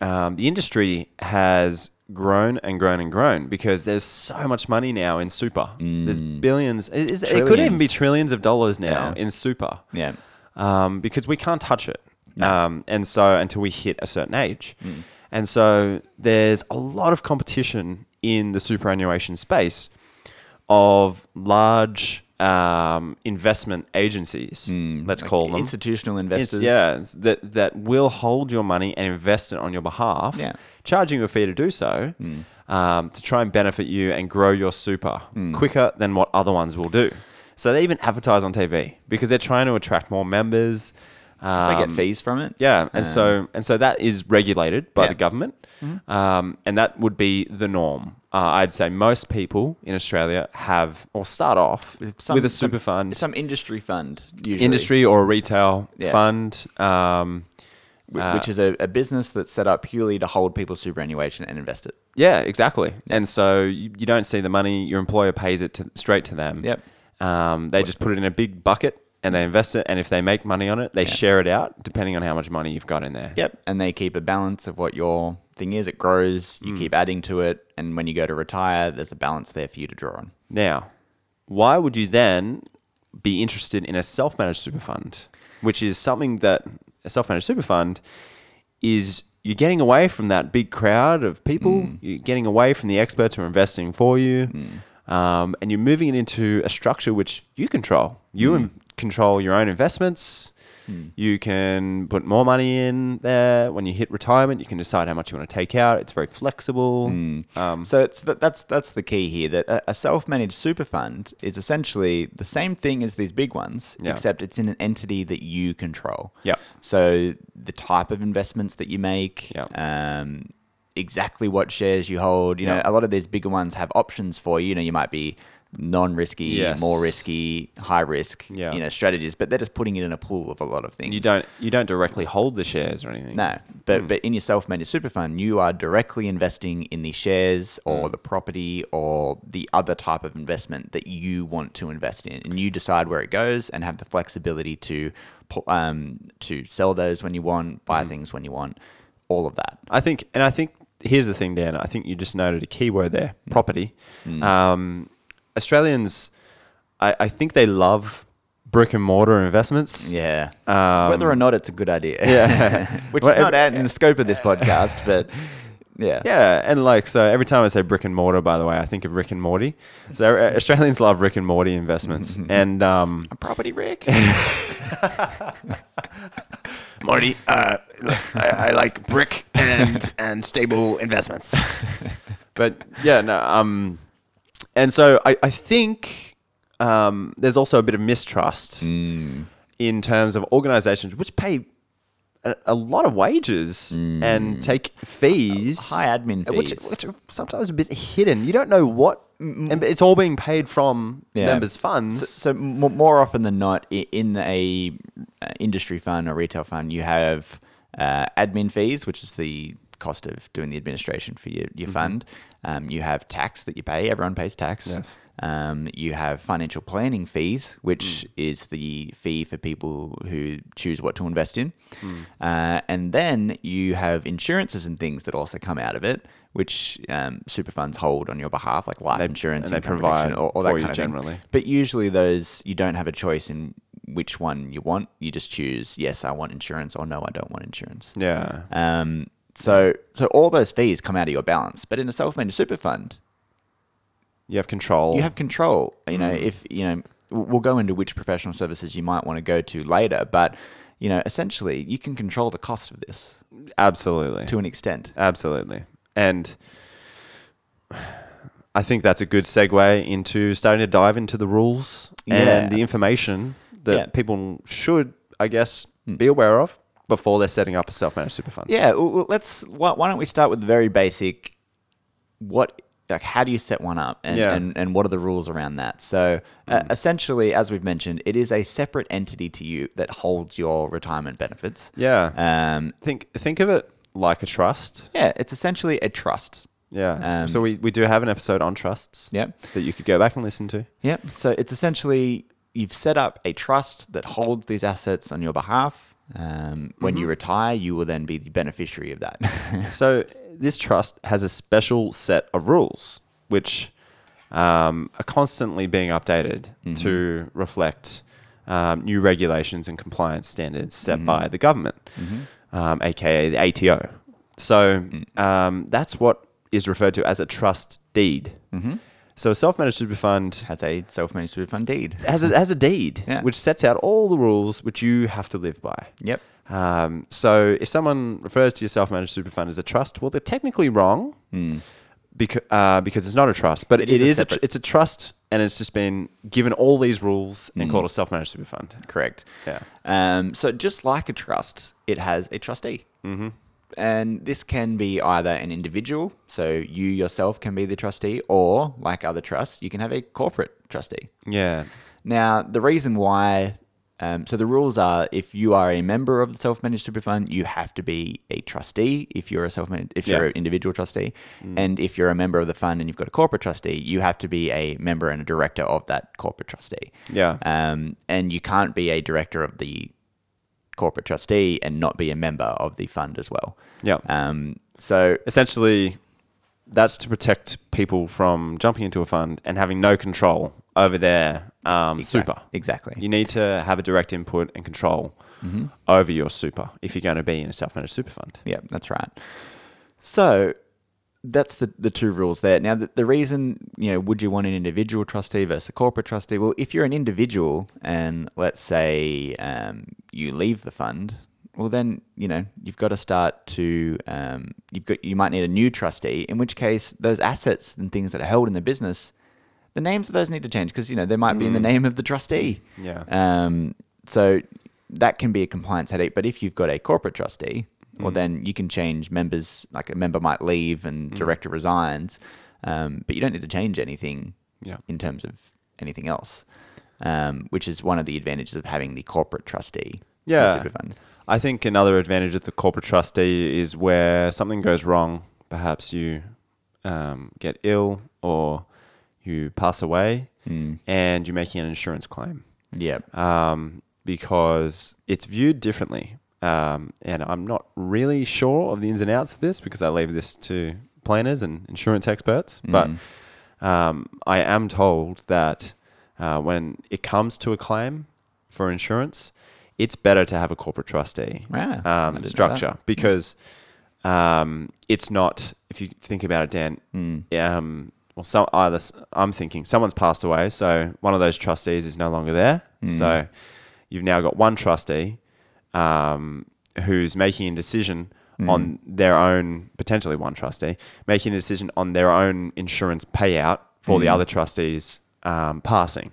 [SPEAKER 1] um, the industry has grown and grown and grown because there's so much money now in super. There's billions. It, is- it could even be
[SPEAKER 2] Hmm. Trillions.
[SPEAKER 1] trillions of dollars now
[SPEAKER 2] Yeah.
[SPEAKER 1] in super
[SPEAKER 2] Yeah.
[SPEAKER 1] um, because we can't touch it. Um, and so until we hit a certain age. And so there's a lot of competition in the superannuation space of large um, investment agencies, let's call them.
[SPEAKER 2] institutional
[SPEAKER 1] It's-
[SPEAKER 2] investors.
[SPEAKER 1] yeah, it's that, that will hold your money and invest it on your behalf,
[SPEAKER 2] Yeah. Hmm.
[SPEAKER 1] charging you a fee to do so um, to try and benefit you and grow your super
[SPEAKER 2] Hmm.
[SPEAKER 1] quicker than what other ones will do. So they even advertise on TV because they're trying to attract more members.
[SPEAKER 2] they
[SPEAKER 1] um,
[SPEAKER 2] get fees from it.
[SPEAKER 1] yeah, and so and so that is regulated by
[SPEAKER 2] uh, Yeah. Mm-hmm.
[SPEAKER 1] the government, um, and that would be the norm. Uh, I'd say most people in Australia have or start off
[SPEAKER 2] Some-
[SPEAKER 1] with a
[SPEAKER 2] some-
[SPEAKER 1] super fund,
[SPEAKER 2] Some industry fund, usually.
[SPEAKER 1] industry or a retail
[SPEAKER 2] Yeah.
[SPEAKER 1] fund. Um,
[SPEAKER 2] wh- which is a, a business that's set up purely to hold people's superannuation and invest it.
[SPEAKER 1] Yeah, exactly. And so you, you don't see the money. Your employer pays it to, straight to them.
[SPEAKER 2] Yep.
[SPEAKER 1] Um, they just put it in a big bucket and they invest it. And if they make money on it, they share it out depending on how much money you've got in there.
[SPEAKER 2] Yep. And they keep a balance of what your thing is. It
[SPEAKER 1] Hmm.
[SPEAKER 2] grows, you keep adding to it. And when you go to retire, there's a balance there for you to draw on.
[SPEAKER 1] Now, why would you then be interested in a self managed super fund, which is something that a self managed super fund is you're getting away from that big crowd of people, you're getting away from the experts who are investing for you, um, and you're moving it into a structure which you control. You im- control your own investments. You can put more money in there. When you hit retirement, you can decide how much you want to take out. It's very flexible. Um,
[SPEAKER 2] So it's th- that's that's the key here. That a, a self-managed super fund is essentially the same thing as these big ones,
[SPEAKER 1] Yeah.
[SPEAKER 2] except it's in an entity that you control.
[SPEAKER 1] Yep.
[SPEAKER 2] So the type of investments that you make,
[SPEAKER 1] Yep.
[SPEAKER 2] um, exactly what shares you hold. You
[SPEAKER 1] Yep.
[SPEAKER 2] know, a lot of these bigger ones have options for you. You know, you might be non-risky,
[SPEAKER 1] Yes.
[SPEAKER 2] more risky, high risk.
[SPEAKER 1] Yeah.
[SPEAKER 2] You know, strategies, but they're just putting it in a pool of a lot of things.
[SPEAKER 1] you don't you don't directly hold the shares or anything.
[SPEAKER 2] No,
[SPEAKER 1] Hmm.
[SPEAKER 2] but but in your self-managed super fund, you are directly investing in the shares or
[SPEAKER 1] Hmm.
[SPEAKER 2] the property or the other type of investment that you want to invest in, and you decide where it goes and have the flexibility to pu- um, to sell those when you want,
[SPEAKER 1] Hmm.
[SPEAKER 2] buy things when you want, all of that.
[SPEAKER 1] I think, and I think here's the thing, Dan. I think you just noted a key word there:
[SPEAKER 2] Mm.
[SPEAKER 1] property. Um, Australians, I, I think they love brick and mortar investments.
[SPEAKER 2] Yeah.
[SPEAKER 1] Um,
[SPEAKER 2] Whether or not it's a good idea,
[SPEAKER 1] Yeah.
[SPEAKER 2] which
[SPEAKER 1] Well,
[SPEAKER 2] is not
[SPEAKER 1] every-
[SPEAKER 2] out in the scope of this podcast, but yeah,
[SPEAKER 1] Yeah, and like so, every time I say brick and mortar, by the way, I think of Rick and Morty. So uh, Australians love Rick and Morty investments, and um,
[SPEAKER 2] property, Rick.
[SPEAKER 1] Morty, uh, I, I like brick and and stable investments. but yeah, no. Um, and so I, I think um, there's also a bit of mistrust Mm. in terms of organisations which pay a, a lot of wages and take fees,
[SPEAKER 2] High admin
[SPEAKER 1] uh, which,
[SPEAKER 2] fees.
[SPEAKER 1] which are sometimes a bit hidden. You don't know what, and but it's all being paid from
[SPEAKER 2] Yeah.
[SPEAKER 1] members' funds.
[SPEAKER 2] So, so mo- more often than not, i- in a uh, industry fund or retail fund, you have uh, admin fees, which is the cost of doing the administration for your,
[SPEAKER 1] Mm-hmm.
[SPEAKER 2] your fund. Um, you have tax that you pay. Everyone pays tax.
[SPEAKER 1] Yes.
[SPEAKER 2] Um, you have financial planning fees, which
[SPEAKER 1] Mm.
[SPEAKER 2] is the fee for people who choose what to invest in.
[SPEAKER 1] Hmm.
[SPEAKER 2] Uh, and then you have insurances and things that also come out of it, which um, super funds hold on your behalf, like life
[SPEAKER 1] They-
[SPEAKER 2] insurance
[SPEAKER 1] and they
[SPEAKER 2] income protection,
[SPEAKER 1] provide
[SPEAKER 2] or,
[SPEAKER 1] for
[SPEAKER 2] or that
[SPEAKER 1] you
[SPEAKER 2] kind of thing.
[SPEAKER 1] generally.
[SPEAKER 2] But usually those you don't have a choice in which one you want. You just choose yes, I want insurance, or no, I don't want insurance.
[SPEAKER 1] yeah.
[SPEAKER 2] Um, so so all those fees come out of your balance. But in a self-managed super fund,
[SPEAKER 1] You have control.
[SPEAKER 2] you have control. You know, if you know, w- we'll go into which professional services you might want to go to later. But you know, essentially, you can control the cost of this
[SPEAKER 1] absolutely.
[SPEAKER 2] to an extent.
[SPEAKER 1] Absolutely. And I think that's a good segue into starting to dive into the rules
[SPEAKER 2] Yeah.
[SPEAKER 1] and the information that
[SPEAKER 2] Yeah. Hmm.
[SPEAKER 1] people should, I guess, be aware of before they're setting up a self managed super fund.
[SPEAKER 2] Yeah, well, well, let's. Why, why don't we start with the very basic? What like how do you set one up, and
[SPEAKER 1] Yeah. Hmm.
[SPEAKER 2] and, and what are the rules around that? So uh, essentially, as we've mentioned, it is a separate entity to you that holds your retirement benefits.
[SPEAKER 1] Yeah.
[SPEAKER 2] Um,
[SPEAKER 1] think think of it like a trust.
[SPEAKER 2] yeah, it's essentially a trust.
[SPEAKER 1] Yeah.
[SPEAKER 2] Um,
[SPEAKER 1] so we, we do have an episode on trusts
[SPEAKER 2] Yep.
[SPEAKER 1] that you could go back and listen to.
[SPEAKER 2] Yep. So it's essentially you've set up a trust that holds these assets on your behalf. Um, when
[SPEAKER 1] Mm-hmm.
[SPEAKER 2] you retire, you will then be the beneficiary of that.
[SPEAKER 1] So this trust has a special set of rules, which um, are constantly being updated to reflect um, new regulations and compliance standards set by the government, um, aka the ATO. So um, that's what is referred to as a trust deed. So a self-managed super fund
[SPEAKER 2] Has a self-managed super fund deed.
[SPEAKER 1] has a, has a deed
[SPEAKER 2] Yeah.
[SPEAKER 1] which sets out all the rules which you have to live by.
[SPEAKER 2] Yep.
[SPEAKER 1] Um, so if someone refers to your self-managed super fund as a trust, well, they're technically wrong because uh, because it's not a trust, but
[SPEAKER 2] Hmm. It
[SPEAKER 1] it
[SPEAKER 2] is
[SPEAKER 1] is
[SPEAKER 2] a
[SPEAKER 1] a tr-
[SPEAKER 2] separate-
[SPEAKER 1] it's a trust, and it's just been given all these rules and
[SPEAKER 2] Hmm.
[SPEAKER 1] called a self-managed super fund.
[SPEAKER 2] Correct.
[SPEAKER 1] Yeah.
[SPEAKER 2] Um, so just like a trust, it has a trustee. Mm-hmm. And this can be either an individual, so you yourself can be the trustee, or like other trusts, you can have a corporate trustee.
[SPEAKER 1] Yeah,
[SPEAKER 2] Now, the reason why, um, so the rules are: if you are a member of the self-managed super fund, you have to be a trustee. If you're a self-managed, if you're
[SPEAKER 1] Yeah.
[SPEAKER 2] an individual trustee, and if you're a member of the fund and you've got a corporate trustee, you have to be a member and a director of that corporate trustee.
[SPEAKER 1] Yeah.
[SPEAKER 2] Um, and you can't be a director of the corporate trustee and not be a member of the fund as well.
[SPEAKER 1] yeah.
[SPEAKER 2] Um, so
[SPEAKER 1] Essentially, that's to protect people from jumping into a fund and having no control over their um,
[SPEAKER 2] Exact-
[SPEAKER 1] super.
[SPEAKER 2] Exactly.
[SPEAKER 1] You need to have a direct input and control
[SPEAKER 2] Mm-hmm.
[SPEAKER 1] over your super if you're going to be in a self managed super fund.
[SPEAKER 2] Yeah, that's right. So that's the, the two rules there. Now, the, the reason, you know, would you want an individual trustee versus a corporate trustee? Well, if you're an individual and let's say um, you leave the fund, well, then, you know, you've got to start to, um, you've got, you might need a new trustee, in which case those assets and things that are held in the business, the names of those need to change because, you know, they might be in the name of the trustee.
[SPEAKER 1] Yeah.
[SPEAKER 2] Um, so that can be a compliance headache. But if you've got a corporate trustee, well,
[SPEAKER 1] Mm.
[SPEAKER 2] then you can change members. Like a member might leave
[SPEAKER 1] Mm.
[SPEAKER 2] and director resigns, um, but you don't need to change anything
[SPEAKER 1] Yeah.
[SPEAKER 2] in terms of anything else, um, which is one of the advantages of having the corporate trustee. for
[SPEAKER 1] Yeah.
[SPEAKER 2] super fund.
[SPEAKER 1] I think another advantage of the corporate trustee is where something goes wrong. Perhaps you um, get ill or you pass away and you're making an insurance claim
[SPEAKER 2] Mm, Yeah.
[SPEAKER 1] um, because it's viewed differently. Um, and I'm not really sure of the ins and outs of this because I leave this to planners and insurance experts. But um, I am told that uh, when it comes to a claim for insurance, it's better to have a corporate trustee
[SPEAKER 2] Wow, Ah, I didn't know
[SPEAKER 1] um,
[SPEAKER 2] that.
[SPEAKER 1] structure because um, it's not. If you think about it, Dan,
[SPEAKER 2] Mm,
[SPEAKER 1] um, well, some either s- I'm thinking someone's passed away, so one of those trustees is no longer there. So you've now got one trustee um, who's making a decision on their own, potentially one trustee making a decision on their own insurance payout for the other trustees um, passing,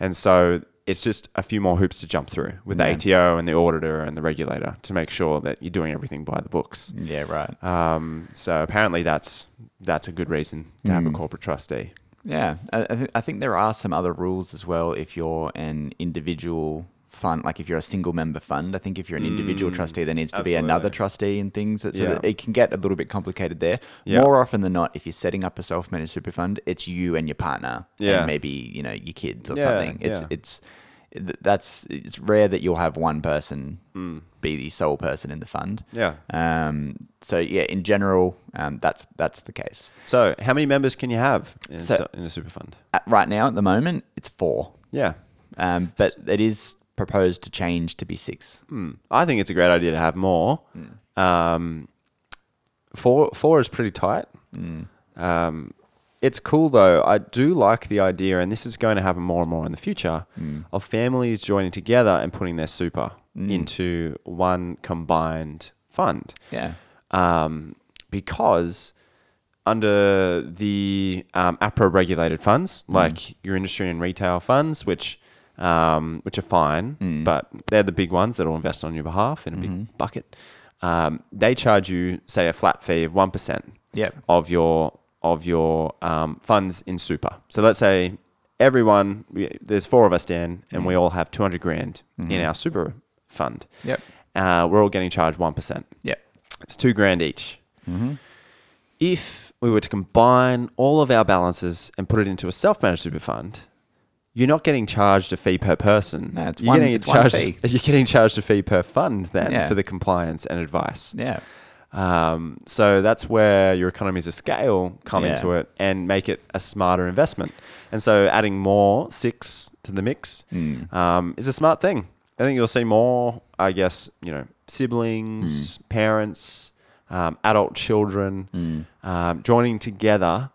[SPEAKER 1] and so. It's just a few more hoops to jump through with the ATO and the auditor and the regulator to make sure that you're doing everything by the books.
[SPEAKER 2] Yeah. Right.
[SPEAKER 1] Um, so apparently that's that's a good reason to have a corporate trustee.
[SPEAKER 2] Yeah, I, I, th- I think there are some other rules as well. If you're an individual fund, like if you're a single member fund, I think if you're an individual trustee, there needs to be another
[SPEAKER 1] Mm, absolutely.
[SPEAKER 2] trustee and things. That, so
[SPEAKER 1] Yeah.
[SPEAKER 2] that it can get a little bit complicated there.
[SPEAKER 1] Yeah.
[SPEAKER 2] More often than not, if you're setting up a self-managed super fund, it's you and your partner,
[SPEAKER 1] Yeah.
[SPEAKER 2] and maybe you know your kids or
[SPEAKER 1] Yeah,
[SPEAKER 2] something. It's
[SPEAKER 1] yeah.
[SPEAKER 2] it's th- that's it's rare that you'll have one person
[SPEAKER 1] Mm.
[SPEAKER 2] be the sole person in the fund.
[SPEAKER 1] Yeah.
[SPEAKER 2] Um, so yeah, in general, um, that's that's the case.
[SPEAKER 1] So how many members can you have in, a
[SPEAKER 2] So-
[SPEAKER 1] su- in a super fund?
[SPEAKER 2] At, right now, at the moment, it's four.
[SPEAKER 1] Yeah.
[SPEAKER 2] Um, but it is proposed to change to be six.
[SPEAKER 1] Hmm. I think it's a great idea to have more. Um, four four is pretty tight. Um, it's cool though. I do like the idea, and this is going to happen more and more in the future of families joining together and putting their super into one combined fund.
[SPEAKER 2] Yeah.
[SPEAKER 1] um, because under the um, APRA regulated funds, like your industry and retail funds, which um, which are fine, but they're the big ones that will invest on your behalf in a big bucket. Um, they charge you, say, a flat fee of one percent
[SPEAKER 2] Yep.
[SPEAKER 1] of your of your um, funds in super. So let's say everyone, we, there's four of us, Dan, and we all have two hundred grand in our super fund.
[SPEAKER 2] Yep.
[SPEAKER 1] Uh, we're all getting charged one percent.
[SPEAKER 2] Yep.
[SPEAKER 1] It's two grand each.
[SPEAKER 2] Mm-hmm.
[SPEAKER 1] If we were to combine all of our balances and put it into a self-managed super fund, you're not getting charged a fee per person.
[SPEAKER 2] No, it's
[SPEAKER 1] you're
[SPEAKER 2] one-
[SPEAKER 1] getting
[SPEAKER 2] it's one
[SPEAKER 1] charged.
[SPEAKER 2] fee.
[SPEAKER 1] You're getting charged a fee per fund then
[SPEAKER 2] Yeah.
[SPEAKER 1] for the compliance and advice.
[SPEAKER 2] Yeah.
[SPEAKER 1] Um, so that's where your economies of scale come
[SPEAKER 2] Yeah.
[SPEAKER 1] into it and make it a smarter investment. And so adding more six to the mix um, is a smart thing. I think you'll see more, I guess, you know, siblings, parents, um, adult children um, joining together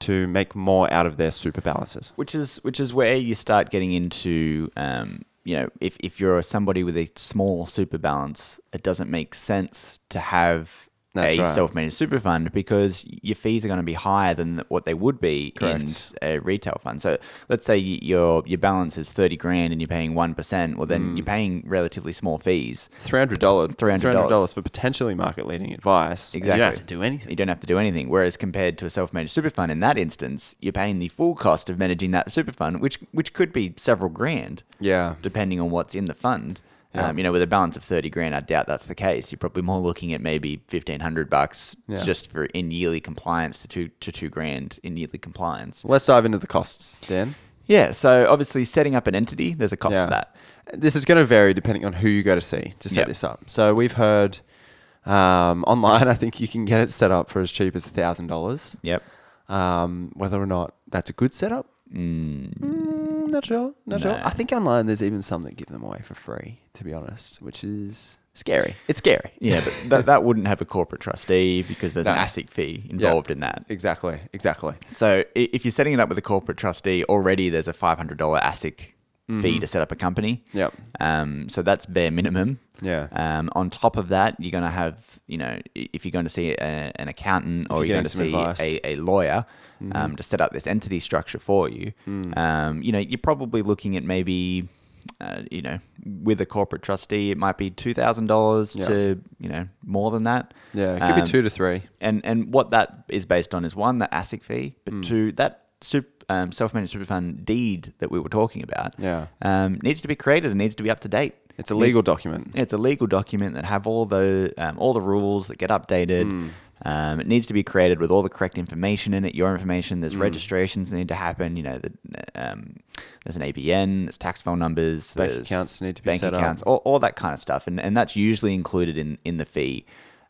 [SPEAKER 1] to make more out of their super balances.
[SPEAKER 2] Which is which is where you start getting into um, you know, if, if you're somebody with a small super balance, it doesn't make sense to have
[SPEAKER 1] That's
[SPEAKER 2] a
[SPEAKER 1] right.
[SPEAKER 2] self-managed super fund because your fees are going to be higher than what they would be
[SPEAKER 1] Correct.
[SPEAKER 2] in a retail fund. So let's say y- your your balance is thirty grand and you're paying one percent. Well, then you're paying relatively small fees.
[SPEAKER 1] Three hundred dollars.
[SPEAKER 2] $300.
[SPEAKER 1] dollars for potentially market leading advice. and You don't have to
[SPEAKER 2] Exactly.
[SPEAKER 1] do anything.
[SPEAKER 2] You don't have to do anything. Whereas compared to a self-managed super fund, in that instance, you're paying the full cost of managing that super fund, which which could be several grand,
[SPEAKER 1] Yeah.
[SPEAKER 2] depending on what's in the fund.
[SPEAKER 1] Yeah.
[SPEAKER 2] Um, you know, with a balance of thirty grand, I doubt that's the case. You're probably more looking at maybe fifteen hundred bucks
[SPEAKER 1] Yeah.
[SPEAKER 2] just for in yearly compliance to two to two grand in yearly compliance.
[SPEAKER 1] Let's dive into the costs, Dan.
[SPEAKER 2] Yeah. So obviously, setting up an entity, there's a cost to that.
[SPEAKER 1] This is going to vary depending on who you go to see to set
[SPEAKER 2] Yep.
[SPEAKER 1] this up. So we've heard um, online, I think you can get it set up for as cheap as thousand dollars.
[SPEAKER 2] Yep. Hmm.
[SPEAKER 1] Um, whether or not that's a good setup, not sure. Not sure.
[SPEAKER 2] No.
[SPEAKER 1] I think online there's even some that give them away for free, to be honest, which is scary. It's scary.
[SPEAKER 2] Yeah, but that, that wouldn't have a corporate trustee because there's an
[SPEAKER 1] No.
[SPEAKER 2] ASIC fee involved in that.
[SPEAKER 1] Exactly. Exactly.
[SPEAKER 2] So i- if you're setting it up with a corporate trustee, already there's a $500 ASIC
[SPEAKER 1] Mm-hmm.
[SPEAKER 2] fee to set up a company.
[SPEAKER 1] Yep.
[SPEAKER 2] Um, so that's bare minimum.
[SPEAKER 1] Yeah.
[SPEAKER 2] Um, on top of that, you're going to have, you know, i- if you're going to see a, an accountant or
[SPEAKER 1] you're
[SPEAKER 2] you're,
[SPEAKER 1] getting some
[SPEAKER 2] going to
[SPEAKER 1] advice. Mm-hmm.
[SPEAKER 2] see a, a lawyer um, to set up this entity structure for you,
[SPEAKER 1] Mm.
[SPEAKER 2] um, you know, you're probably looking at maybe, uh, you know, with a corporate trustee, it might be $2,000
[SPEAKER 1] Yeah.
[SPEAKER 2] to, you know, more than that.
[SPEAKER 1] Yeah. It could
[SPEAKER 2] Um,
[SPEAKER 1] be two to three.
[SPEAKER 2] and and what that is based on is one that ASIC fee, but
[SPEAKER 1] Mm.
[SPEAKER 2] two that sup um, self-managed super fund deed that we were talking about.
[SPEAKER 1] Yeah.
[SPEAKER 2] um, needs to be created and needs to be up to date.
[SPEAKER 1] It's a legal document.
[SPEAKER 2] It's a legal document that have all the um, all the rules that get updated.
[SPEAKER 1] Mm.
[SPEAKER 2] Um, it needs to be created with all the correct information in it. Your information.
[SPEAKER 1] Mm.
[SPEAKER 2] There's registrations that need to happen. You know, the, um, there's an ABN. There's tax file numbers.
[SPEAKER 1] Bank
[SPEAKER 2] there's
[SPEAKER 1] accounts need to be
[SPEAKER 2] bank
[SPEAKER 1] set up.
[SPEAKER 2] accounts, All, all that kind of stuff, and and that's usually included in in the fee.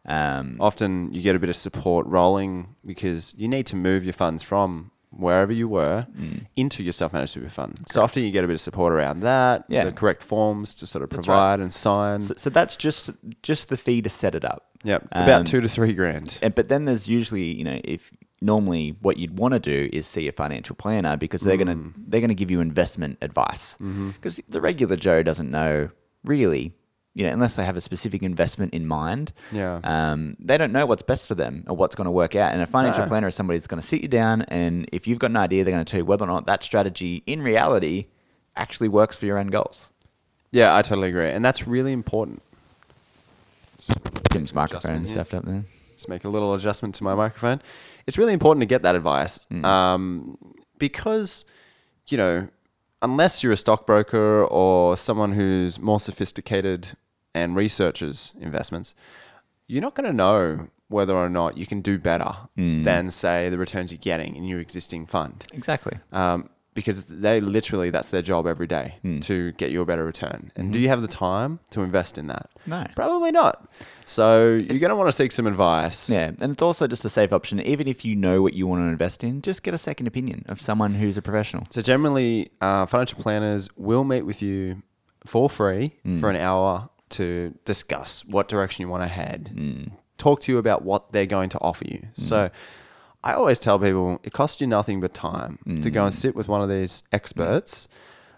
[SPEAKER 2] Um,
[SPEAKER 1] Often you get a bit of support rolling because you need to move your funds from wherever you were
[SPEAKER 2] Mm.
[SPEAKER 1] into your self-managed super fund. So often you get a bit of support around that,
[SPEAKER 2] Yeah.
[SPEAKER 1] the correct forms to sort of
[SPEAKER 2] right.
[SPEAKER 1] provide and sign.
[SPEAKER 2] So, so that's just just the fee to set it up.
[SPEAKER 1] yep. About
[SPEAKER 2] Um,
[SPEAKER 1] two to three grand.
[SPEAKER 2] And, but then there's usually, you know, if normally what you'd want to do is see a financial planner because they're gonna
[SPEAKER 1] Mm.
[SPEAKER 2] they're gonna give you investment advice
[SPEAKER 1] Mm-hmm.
[SPEAKER 2] because the regular Joe doesn't know really, you know, unless they have a specific investment in mind.
[SPEAKER 1] Yeah.
[SPEAKER 2] Um, they don't know what's best for them or what's going to work out. And a financial
[SPEAKER 1] No.
[SPEAKER 2] planner is somebody that's going to sit you down and if you've got an idea, they're going to tell you whether or not that strategy in reality actually works for your end goals.
[SPEAKER 1] Yeah, I totally agree. And that's really important.
[SPEAKER 2] Tim's microphone
[SPEAKER 1] Adjustment here.
[SPEAKER 2] stuffed up there.
[SPEAKER 1] just make a little adjustment to my microphone. It's really important to get that advice
[SPEAKER 2] Mm.
[SPEAKER 1] um, because, you know, unless you're a stockbroker or someone who's more sophisticated and researches investments, you're not going to know whether or not you can do better
[SPEAKER 2] Mm.
[SPEAKER 1] than, say, the returns you're getting in your existing fund
[SPEAKER 2] Exactly.
[SPEAKER 1] um, because they literally that's their job every day
[SPEAKER 2] Mm.
[SPEAKER 1] to get you a better return. And do you have the time to invest in that?
[SPEAKER 2] Mm-hmm. No.
[SPEAKER 1] probably not. So you're going to want to seek some advice.
[SPEAKER 2] Yeah, and it's also just a safe option. Even if you know what you want to invest in, just get a second opinion of someone who's a professional.
[SPEAKER 1] So generally, uh, financial planners will meet with you for free
[SPEAKER 2] Mm.
[SPEAKER 1] for an hour to discuss what direction you want to head,
[SPEAKER 2] Mm.
[SPEAKER 1] talk to you about what they're going to offer you. So I always tell people it costs you nothing but time to go
[SPEAKER 2] Mm.
[SPEAKER 1] and sit with one of these experts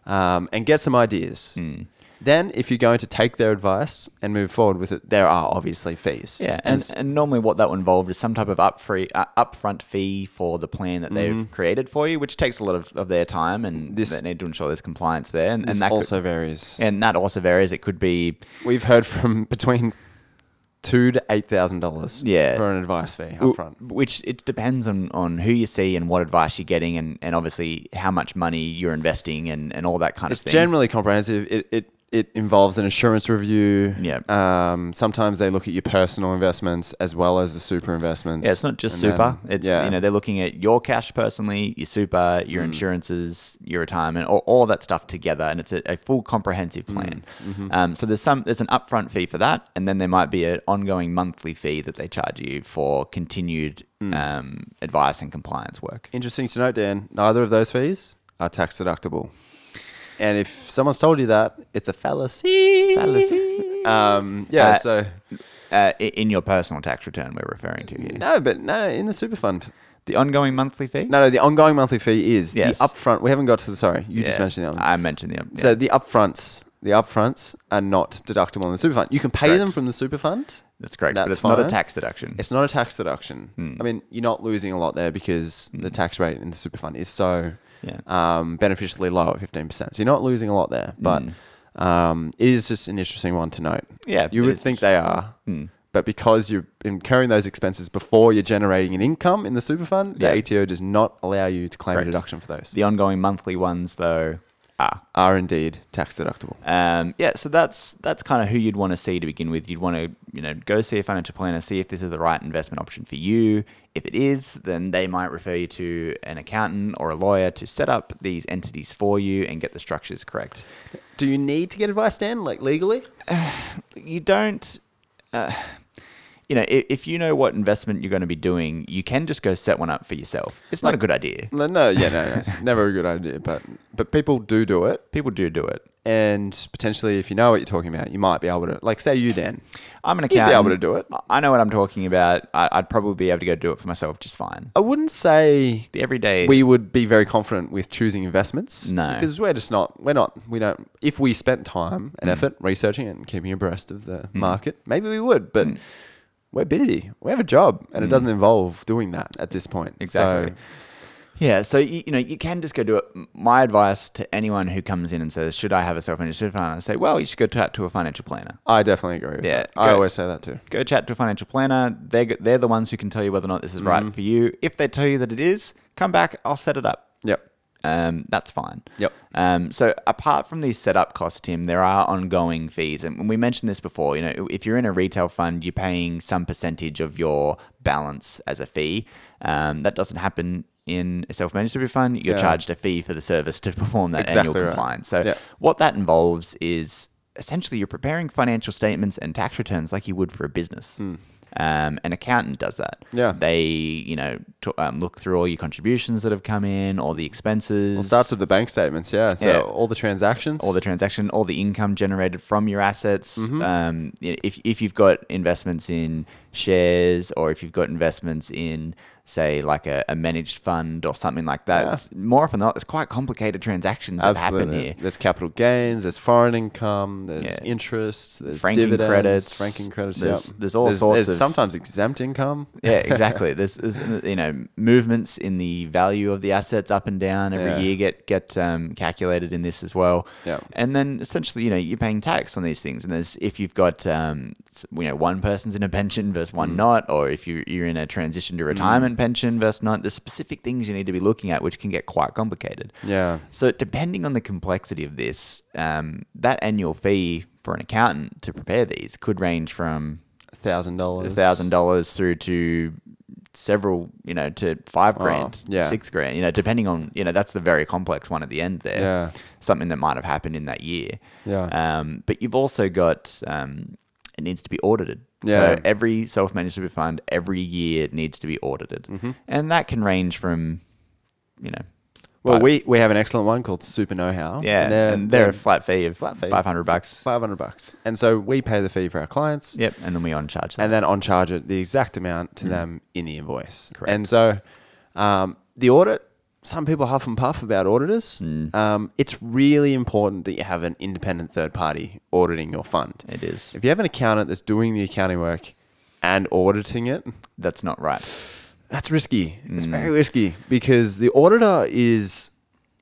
[SPEAKER 1] um, and get some ideas.
[SPEAKER 2] Mm.
[SPEAKER 1] Then, if you're going to take their advice and move forward with it, there are obviously fees.
[SPEAKER 2] Yeah,
[SPEAKER 1] And
[SPEAKER 2] and, and normally what that will involve is some type of up free, uh, upfront fee for the plan that they've created for you, which takes a lot of, of their time, and
[SPEAKER 1] Mm-hmm. This-
[SPEAKER 2] they need to ensure there's compliance there, and,
[SPEAKER 1] this
[SPEAKER 2] and that could-
[SPEAKER 1] also varies.
[SPEAKER 2] and that also varies. It could be
[SPEAKER 1] We've heard from between two to eight thousand dollars.
[SPEAKER 2] Yeah.
[SPEAKER 1] for an advice fee
[SPEAKER 2] Well,
[SPEAKER 1] up front.
[SPEAKER 2] Which it depends on, on who you see and what advice you're getting, and, and obviously how much money you're investing and, and all that kind
[SPEAKER 1] It's
[SPEAKER 2] of thing.
[SPEAKER 1] generally comprehensive. It it it involves an insurance review.
[SPEAKER 2] Yeah.
[SPEAKER 1] Um, sometimes they look at your personal investments as well as the super investments.
[SPEAKER 2] Yeah, it's not just
[SPEAKER 1] And
[SPEAKER 2] super.
[SPEAKER 1] then-
[SPEAKER 2] it's
[SPEAKER 1] yeah. Mm.
[SPEAKER 2] you know they're looking at your cash personally, your super, your insurances, your retirement, all, all that stuff together, and it's a, a full
[SPEAKER 1] Mm,
[SPEAKER 2] comprehensive plan.
[SPEAKER 1] mm-hmm.
[SPEAKER 2] Um, so there's some there's an upfront fee for that, and then there might be an ongoing monthly fee that they charge you for continued
[SPEAKER 1] Mm.
[SPEAKER 2] um, advice and compliance work.
[SPEAKER 1] Interesting to note, Dan. Neither of those fees are tax deductible. And if someone's told you that, it's a fallacy.
[SPEAKER 2] Fallacy.
[SPEAKER 1] Um, yeah.
[SPEAKER 2] Uh,
[SPEAKER 1] so
[SPEAKER 2] Uh, i- in your personal tax return, we're referring to here.
[SPEAKER 1] no, but no, in the super fund.
[SPEAKER 2] The ongoing monthly fee.
[SPEAKER 1] No, no. The ongoing monthly fee is
[SPEAKER 2] Yes.
[SPEAKER 1] the upfront. We haven't got to the. Sorry, you just
[SPEAKER 2] Yeah,
[SPEAKER 1] mentioned the other.
[SPEAKER 2] I mentioned the. Yeah.
[SPEAKER 1] So the upfronts, the upfronts are not deductible in the super fund. You can pay
[SPEAKER 2] Correct.
[SPEAKER 1] them from the super fund.
[SPEAKER 2] that's correct, but
[SPEAKER 1] that's
[SPEAKER 2] it's not a
[SPEAKER 1] fine.
[SPEAKER 2] tax deduction.
[SPEAKER 1] It's not a tax deduction.
[SPEAKER 2] Hmm.
[SPEAKER 1] I mean, you're not losing a lot there because the tax rate in the super fund is so
[SPEAKER 2] Yeah.
[SPEAKER 1] um, beneficially low at 15%. So you're not losing a lot there, but um, it is just an interesting one to note.
[SPEAKER 2] Hmm. Yeah,
[SPEAKER 1] You
[SPEAKER 2] it
[SPEAKER 1] would
[SPEAKER 2] is Hmm.
[SPEAKER 1] think they are. But because you're incurring those expenses before you're generating an income in the super fund, the
[SPEAKER 2] Yeah.
[SPEAKER 1] ATO does not allow you to claim
[SPEAKER 2] Correct.
[SPEAKER 1] a deduction for those.
[SPEAKER 2] the ongoing monthly ones, though, are.
[SPEAKER 1] Are indeed tax deductible.
[SPEAKER 2] Um, yeah, so that's that's kind of who you'd want to see to begin with. You'd want to you know go see a financial planner, see if this is the right investment option for you. If it is, then they might refer you to an accountant or a lawyer to set up these entities for you and get the structures correct.
[SPEAKER 1] Do you need to get advice, Dan, like legally?
[SPEAKER 2] You don't. Uh, you know, if, if you know what investment you're going to be doing, you can just go set one up for yourself. It's not a good idea.
[SPEAKER 1] No, no, yeah, no, no, it's never a good idea. But but people do do it,
[SPEAKER 2] People do do it.
[SPEAKER 1] and potentially, if you know what you're talking about, you might be able to. Like, say you Dan.
[SPEAKER 2] I'm an
[SPEAKER 1] be
[SPEAKER 2] accountant.
[SPEAKER 1] able to do it.
[SPEAKER 2] I- I know what I'm talking about. I, I'd probably be able to go do it for myself just fine.
[SPEAKER 1] I wouldn't say
[SPEAKER 2] The everyday.
[SPEAKER 1] we would be very confident with choosing investments.
[SPEAKER 2] No.
[SPEAKER 1] Because we're just not, we're not, we don't, if we spent time
[SPEAKER 2] Mm.
[SPEAKER 1] and effort researching and keeping abreast of the market, maybe we would, but
[SPEAKER 2] Mm.
[SPEAKER 1] we're busy. We have a job and it doesn't involve doing that at this point. So,
[SPEAKER 2] Exactly. Yeah, so you, you know you can just go do it. M- My advice to anyone who comes in and says, "Should I have a self-managed fund?" I say, "Well, you should go chat to a financial planner.
[SPEAKER 1] I definitely agree with
[SPEAKER 2] Yeah,
[SPEAKER 1] that. I
[SPEAKER 2] go-
[SPEAKER 1] always say that too.
[SPEAKER 2] Go chat to a financial planner. They're g- they're the ones who can tell you whether or not this is
[SPEAKER 1] Mm-hmm.
[SPEAKER 2] right for you. If they tell you that it is, come back. I'll set it up.
[SPEAKER 1] Yep.
[SPEAKER 2] Um, that's fine.
[SPEAKER 1] Yep.
[SPEAKER 2] Um, so apart from these setup costs, Tim, there are ongoing fees, and we mentioned this before. You know, if you're in a retail fund, you're paying some percentage of your balance as a fee. Um, that doesn't happen in a self-managed super fund. You're
[SPEAKER 1] Yeah.
[SPEAKER 2] charged a fee for the service to perform that
[SPEAKER 1] Exactly
[SPEAKER 2] annual
[SPEAKER 1] right.
[SPEAKER 2] compliance. So
[SPEAKER 1] Yeah.
[SPEAKER 2] what that involves is essentially you're preparing financial statements and tax returns like you would for a business. Um, an accountant does that.
[SPEAKER 1] Hmm. Yeah.
[SPEAKER 2] They, you know, t- um, look through all your contributions that have come in, all the expenses.
[SPEAKER 1] Well, it starts with the bank statements. Yeah. So
[SPEAKER 2] Yeah.
[SPEAKER 1] all the transactions.
[SPEAKER 2] all the transaction, all the income generated from your assets.
[SPEAKER 1] Mm-hmm.
[SPEAKER 2] Um, i- if, if you've got investments in shares or if you've got investments in, say, like a, a managed fund or something like that,
[SPEAKER 1] Yeah.
[SPEAKER 2] it's, more often than not, it's quite complicated transactions that
[SPEAKER 1] Absolutely.
[SPEAKER 2] happen here.
[SPEAKER 1] There's capital gains, there's foreign income, there's
[SPEAKER 2] Yeah.
[SPEAKER 1] interest, there's
[SPEAKER 2] Franking
[SPEAKER 1] dividends,
[SPEAKER 2] credits,
[SPEAKER 1] franking credits.
[SPEAKER 2] there's-
[SPEAKER 1] yep.
[SPEAKER 2] there's all sorts
[SPEAKER 1] there's
[SPEAKER 2] of-
[SPEAKER 1] sometimes exempt income.
[SPEAKER 2] yeah, exactly. There's, there's you know movements in the value of the assets up and down every
[SPEAKER 1] Yeah.
[SPEAKER 2] year get get um, calculated in this as well.
[SPEAKER 1] Yeah.
[SPEAKER 2] And then essentially, you know, you're paying tax on these things. And there's if you've got um, s- you know one person's in a pension versus one
[SPEAKER 1] Mm.
[SPEAKER 2] not, or if you you're in a transition to retirement pension versus not, there's specific things you need to be looking at, which can get quite complicated.
[SPEAKER 1] Yeah.
[SPEAKER 2] So depending on the complexity of this, um, that annual fee for an accountant to prepare these could range from
[SPEAKER 1] thousand dollars.
[SPEAKER 2] thousand dollars through to several, you know, to five grand,
[SPEAKER 1] Oh, yeah.
[SPEAKER 2] six grand, you know, depending on, you know, that's the very complex one at the end there.
[SPEAKER 1] Yeah.
[SPEAKER 2] Something that might have happened in that year.
[SPEAKER 1] Yeah.
[SPEAKER 2] Um, but you've also got um, it needs to be audited.
[SPEAKER 1] Yeah.
[SPEAKER 2] So every self-managed super fund every year needs to be audited,
[SPEAKER 1] Mm-hmm.
[SPEAKER 2] and that can range from, you know,
[SPEAKER 1] Well,
[SPEAKER 2] but-
[SPEAKER 1] we, we have an excellent one called Super Know How.
[SPEAKER 2] yeah, and they're, a flat fee of
[SPEAKER 1] flat fee.
[SPEAKER 2] five hundred bucks.
[SPEAKER 1] five hundred bucks, and so we pay the fee for our clients,
[SPEAKER 2] Yep, and then we on charge.
[SPEAKER 1] and then on charge it the exact amount to them in the invoice.
[SPEAKER 2] Correct.
[SPEAKER 1] And so, um, the audit. Some people huff and puff about auditors. Um, it's really important that you have an independent third party auditing your fund.
[SPEAKER 2] it is.
[SPEAKER 1] If you have an accountant that's doing the accounting work and auditing it,
[SPEAKER 2] That's not right.
[SPEAKER 1] That's risky.
[SPEAKER 2] Mm.
[SPEAKER 1] It's very risky because the auditor is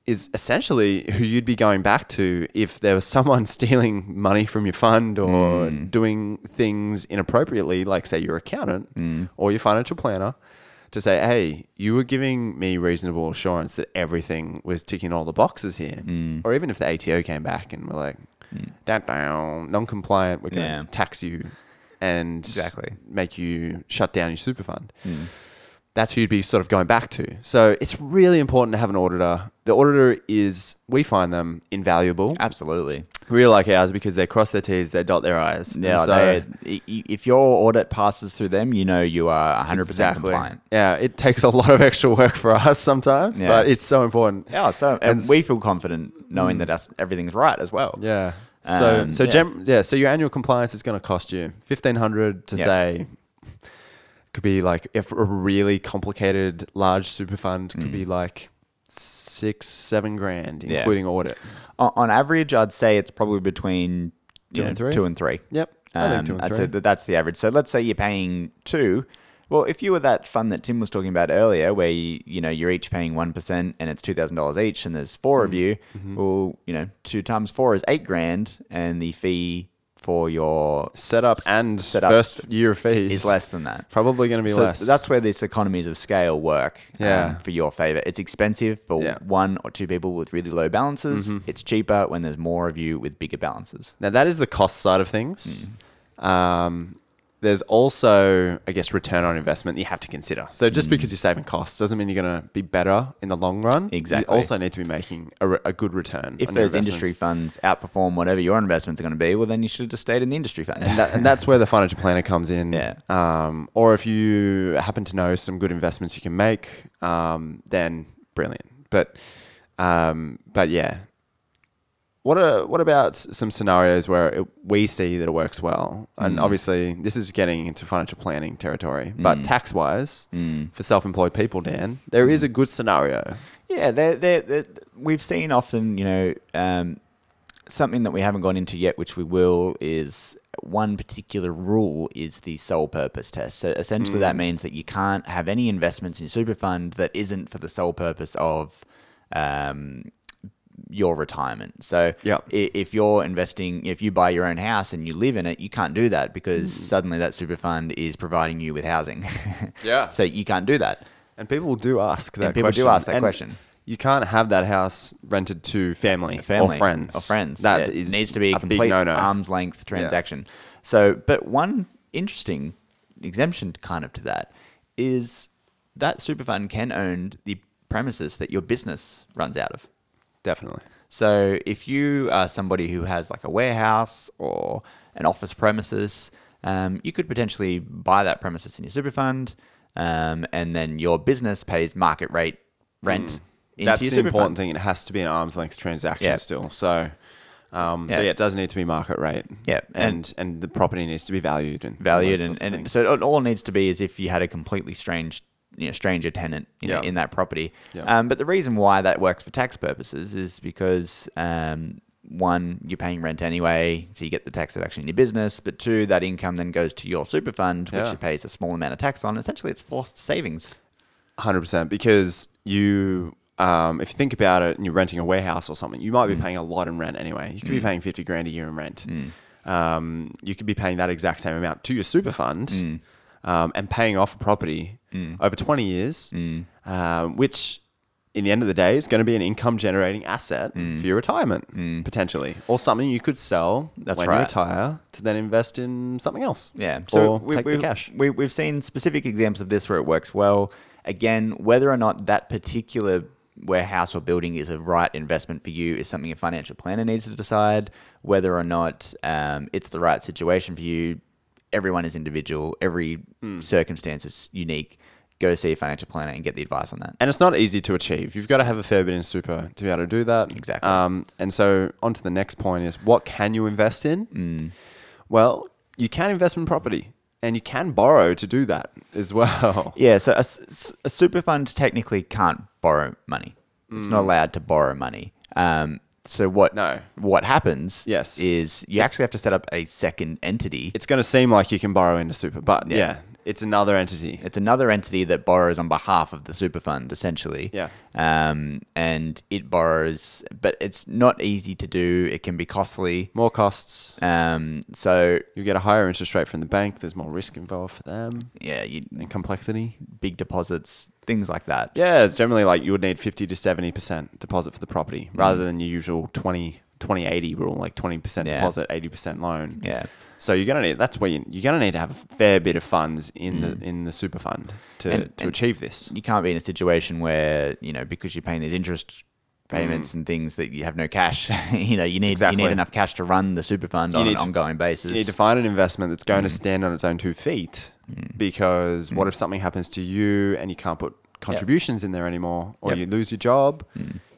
[SPEAKER 1] is essentially who you'd be going back to if there was someone stealing money from your fund or
[SPEAKER 2] Mm.
[SPEAKER 1] doing things inappropriately, like say your accountant
[SPEAKER 2] Mm.
[SPEAKER 1] or your financial planner, to say, "Hey, you were giving me reasonable assurance that everything was ticking all the boxes here,"
[SPEAKER 2] Mm.
[SPEAKER 1] or even if the ATO came back and were like, "Down, down, non-compliant, we're going to
[SPEAKER 2] Yeah.
[SPEAKER 1] tax you," and
[SPEAKER 2] Exactly.
[SPEAKER 1] make you shut down your super fund that's who you'd be sort of going back to. So it's really important to have an auditor. The auditor is, we find them invaluable.
[SPEAKER 2] Absolutely.
[SPEAKER 1] We like ours because they cross their T's, they dot their I's. And
[SPEAKER 2] Yeah, they- i- i- if your audit passes through them, you know you are 100% compliant.
[SPEAKER 1] Yeah, it takes a lot of extra work for us sometimes,
[SPEAKER 2] Yeah.
[SPEAKER 1] but it's so important.
[SPEAKER 2] Yeah, so and
[SPEAKER 1] s- Mm.
[SPEAKER 2] we feel confident knowing that us- everything's right as well.
[SPEAKER 1] Yeah. So
[SPEAKER 2] Um,
[SPEAKER 1] so
[SPEAKER 2] yeah.
[SPEAKER 1] gem- yeah, so your annual compliance is going to cost you 1500 to
[SPEAKER 2] Yeah.
[SPEAKER 1] say could be like if a really complicated large super fund could be like 6 7 grand
[SPEAKER 2] Mm. Yeah.
[SPEAKER 1] including audit.
[SPEAKER 2] O- On, average, I'd say it's probably between
[SPEAKER 1] Two
[SPEAKER 2] you know,
[SPEAKER 1] and three?
[SPEAKER 2] Two and three.
[SPEAKER 1] Yep. I think
[SPEAKER 2] Um,
[SPEAKER 1] two and
[SPEAKER 2] I'd
[SPEAKER 1] three.
[SPEAKER 2] say that that's the average. So let's say you're paying two. Well, if you were that fund that Tim was talking about earlier, where you, you know you're each paying one percent and it's two thousand dollars each, and there's four
[SPEAKER 1] Mm-hmm.
[SPEAKER 2] of you, well, you know, two times four is eight grand, and the fee for your
[SPEAKER 1] set up and
[SPEAKER 2] set up
[SPEAKER 1] first year of fees
[SPEAKER 2] is less than that.
[SPEAKER 1] Probably going to be
[SPEAKER 2] So
[SPEAKER 1] less.
[SPEAKER 2] that's where these economies of scale work um,
[SPEAKER 1] Yeah.
[SPEAKER 2] for your favor. It's expensive for
[SPEAKER 1] Yeah. Mm-hmm.
[SPEAKER 2] one or two people with really low balances. It's cheaper when there's more of you with bigger balances. Hmm.
[SPEAKER 1] now that is the cost side of things. Um, there's also, I guess, return on investment you have to consider. So
[SPEAKER 2] Hmm.
[SPEAKER 1] just because you're saving costs doesn't mean you're going to be better in the long run.
[SPEAKER 2] Exactly.
[SPEAKER 1] You also need to be making a, re- a good return.
[SPEAKER 2] If
[SPEAKER 1] on your
[SPEAKER 2] those industry
[SPEAKER 1] investments.
[SPEAKER 2] funds outperform whatever your investments are going to be, well, then you should have just stayed in the industry fund.
[SPEAKER 1] And, that, and that's where the financial planner comes in.
[SPEAKER 2] Yeah.
[SPEAKER 1] Um, or if you happen to know some good investments you can make, um, then brilliant. But, um, but yeah. What a, what about s- some scenarios where it, we see that it works well? And obviously, this is getting into financial planning territory. But tax wise, for self employed people, Dan, there is a good scenario.
[SPEAKER 2] Yeah, they're, they're, they're, we've seen often, you know, um, something that we haven't gone into yet, which we will, is one particular rule is the sole purpose test. So essentially, that means that you can't have any investments in your super fund that isn't for the sole purpose of um, your retirement. So
[SPEAKER 1] Yeah.
[SPEAKER 2] i- if you're investing, if you buy your own house and you live in it, you can't do that because suddenly that super fund is providing you with housing.
[SPEAKER 1] Yeah.
[SPEAKER 2] so you can't do that.
[SPEAKER 1] And people do ask that
[SPEAKER 2] And people do
[SPEAKER 1] question.
[SPEAKER 2] ask that
[SPEAKER 1] And
[SPEAKER 2] question.
[SPEAKER 1] You can't have that house rented to family,
[SPEAKER 2] family
[SPEAKER 1] or friends.
[SPEAKER 2] or friends.
[SPEAKER 1] That
[SPEAKER 2] Yeah,
[SPEAKER 1] is
[SPEAKER 2] needs to be a,
[SPEAKER 1] a
[SPEAKER 2] complete
[SPEAKER 1] big no-no.
[SPEAKER 2] arm's length transaction. So, but one interesting exemption kind of to that is that super fund can own the premises that your business runs out of.
[SPEAKER 1] Definitely.
[SPEAKER 2] So if you are somebody who has like a warehouse or an office premises, um, you could potentially buy that premises in your super fund, um, and then your business pays market rate rent. Into
[SPEAKER 1] Mm. That's
[SPEAKER 2] your
[SPEAKER 1] the
[SPEAKER 2] super
[SPEAKER 1] important
[SPEAKER 2] fund.
[SPEAKER 1] thing. It has to be an arm's length transaction
[SPEAKER 2] Yeah.
[SPEAKER 1] still. So, um, so
[SPEAKER 2] Yeah.
[SPEAKER 1] yeah, it does need to be market rate.
[SPEAKER 2] Yeah,
[SPEAKER 1] and and, the property needs to be valued and all
[SPEAKER 2] valued
[SPEAKER 1] those
[SPEAKER 2] and,
[SPEAKER 1] sorts of
[SPEAKER 2] and
[SPEAKER 1] things.
[SPEAKER 2] so it all needs to be is if you had a completely strange you know stranger tenant you know,
[SPEAKER 1] Yeah.
[SPEAKER 2] in that property
[SPEAKER 1] Yeah.
[SPEAKER 2] um, but the reason why that works for tax purposes is because um, one you're paying rent anyway so you get the tax deduction in your business but two that income then goes to your super fund which
[SPEAKER 1] Yeah.
[SPEAKER 2] it pays a small amount of tax on essentially it's forced savings
[SPEAKER 1] Hundred percent, because you, um, if you think about it, and you're renting a warehouse or something, you might
[SPEAKER 2] Mm.
[SPEAKER 1] be paying a lot in rent anyway. You could be paying fifty grand a year in rent.
[SPEAKER 2] Mm.
[SPEAKER 1] Um, you could be paying that exact same amount to your super fund,
[SPEAKER 2] Mm.
[SPEAKER 1] um, and paying off a property over twenty years,
[SPEAKER 2] Mm.
[SPEAKER 1] um, which. In the end of the day, is going to be an income generating asset
[SPEAKER 2] Mm.
[SPEAKER 1] for your retirement, potentially, or something you could sell
[SPEAKER 2] That's
[SPEAKER 1] when
[SPEAKER 2] right.
[SPEAKER 1] you retire to then invest in something else.
[SPEAKER 2] Yeah.
[SPEAKER 1] So or
[SPEAKER 2] we-
[SPEAKER 1] take
[SPEAKER 2] we've,
[SPEAKER 1] the cash.
[SPEAKER 2] We, we've seen specific examples of this where it works well. Again, whether or not that particular warehouse or building is a right investment for you is something a financial planner needs to decide. Whether or not um, it's the right situation for you, everyone is individual. Every
[SPEAKER 1] Hmm.
[SPEAKER 2] circumstance is unique. Go see a financial planner and get the advice on that.
[SPEAKER 1] and it's not easy to achieve. You've got to have a fair bit in super to be able to do that.
[SPEAKER 2] Exactly.
[SPEAKER 1] Um, and so on to the next point is what can you invest in? Well, you can invest in property and you can borrow to do that as well.
[SPEAKER 2] Yeah, so a, s- s- a super fund technically can't borrow money. It's not allowed to borrow money. Um, so what?
[SPEAKER 1] Mm. No.
[SPEAKER 2] What happens?
[SPEAKER 1] Yes.
[SPEAKER 2] is you actually have to set up a second entity. It's,
[SPEAKER 1] It's going to seem like you can borrow into super, but yeah, it's another entity.
[SPEAKER 2] another entity that borrows on behalf of the super fund, essentially.
[SPEAKER 1] Yeah.
[SPEAKER 2] Um, and it borrows, but it's not easy to do. It can be costly.
[SPEAKER 1] More costs.
[SPEAKER 2] Um, so
[SPEAKER 1] You get a higher interest rate from the bank. There's more risk involved for them
[SPEAKER 2] yeah, you,
[SPEAKER 1] and complexity.
[SPEAKER 2] big deposits, things like that.
[SPEAKER 1] Yeah, it's generally like you would need 50 to 70% deposit for the property
[SPEAKER 2] Mm.
[SPEAKER 1] rather than your usual 20, 20 80 rule, like 20%
[SPEAKER 2] Yeah.
[SPEAKER 1] deposit, 80% loan.
[SPEAKER 2] Yeah.
[SPEAKER 1] So you're gonna need that's where you, you're gonna need to have a fair bit of funds in the in the super fund to,
[SPEAKER 2] Mm. And-
[SPEAKER 1] to
[SPEAKER 2] and-
[SPEAKER 1] achieve this.
[SPEAKER 2] you can't be in a situation where you know because you're paying these interest payments and things that you have no cash. you know, you need you
[SPEAKER 1] Mm. Exactly.
[SPEAKER 2] need enough cash to run the super fund
[SPEAKER 1] You
[SPEAKER 2] on an
[SPEAKER 1] need to-
[SPEAKER 2] ongoing basis.
[SPEAKER 1] You need to find an investment that's
[SPEAKER 2] Mm.
[SPEAKER 1] going to stand on its own two feet because what if something happens to you and you can't put contributions in there anymore or
[SPEAKER 2] Yep. Mm.
[SPEAKER 1] you lose your job?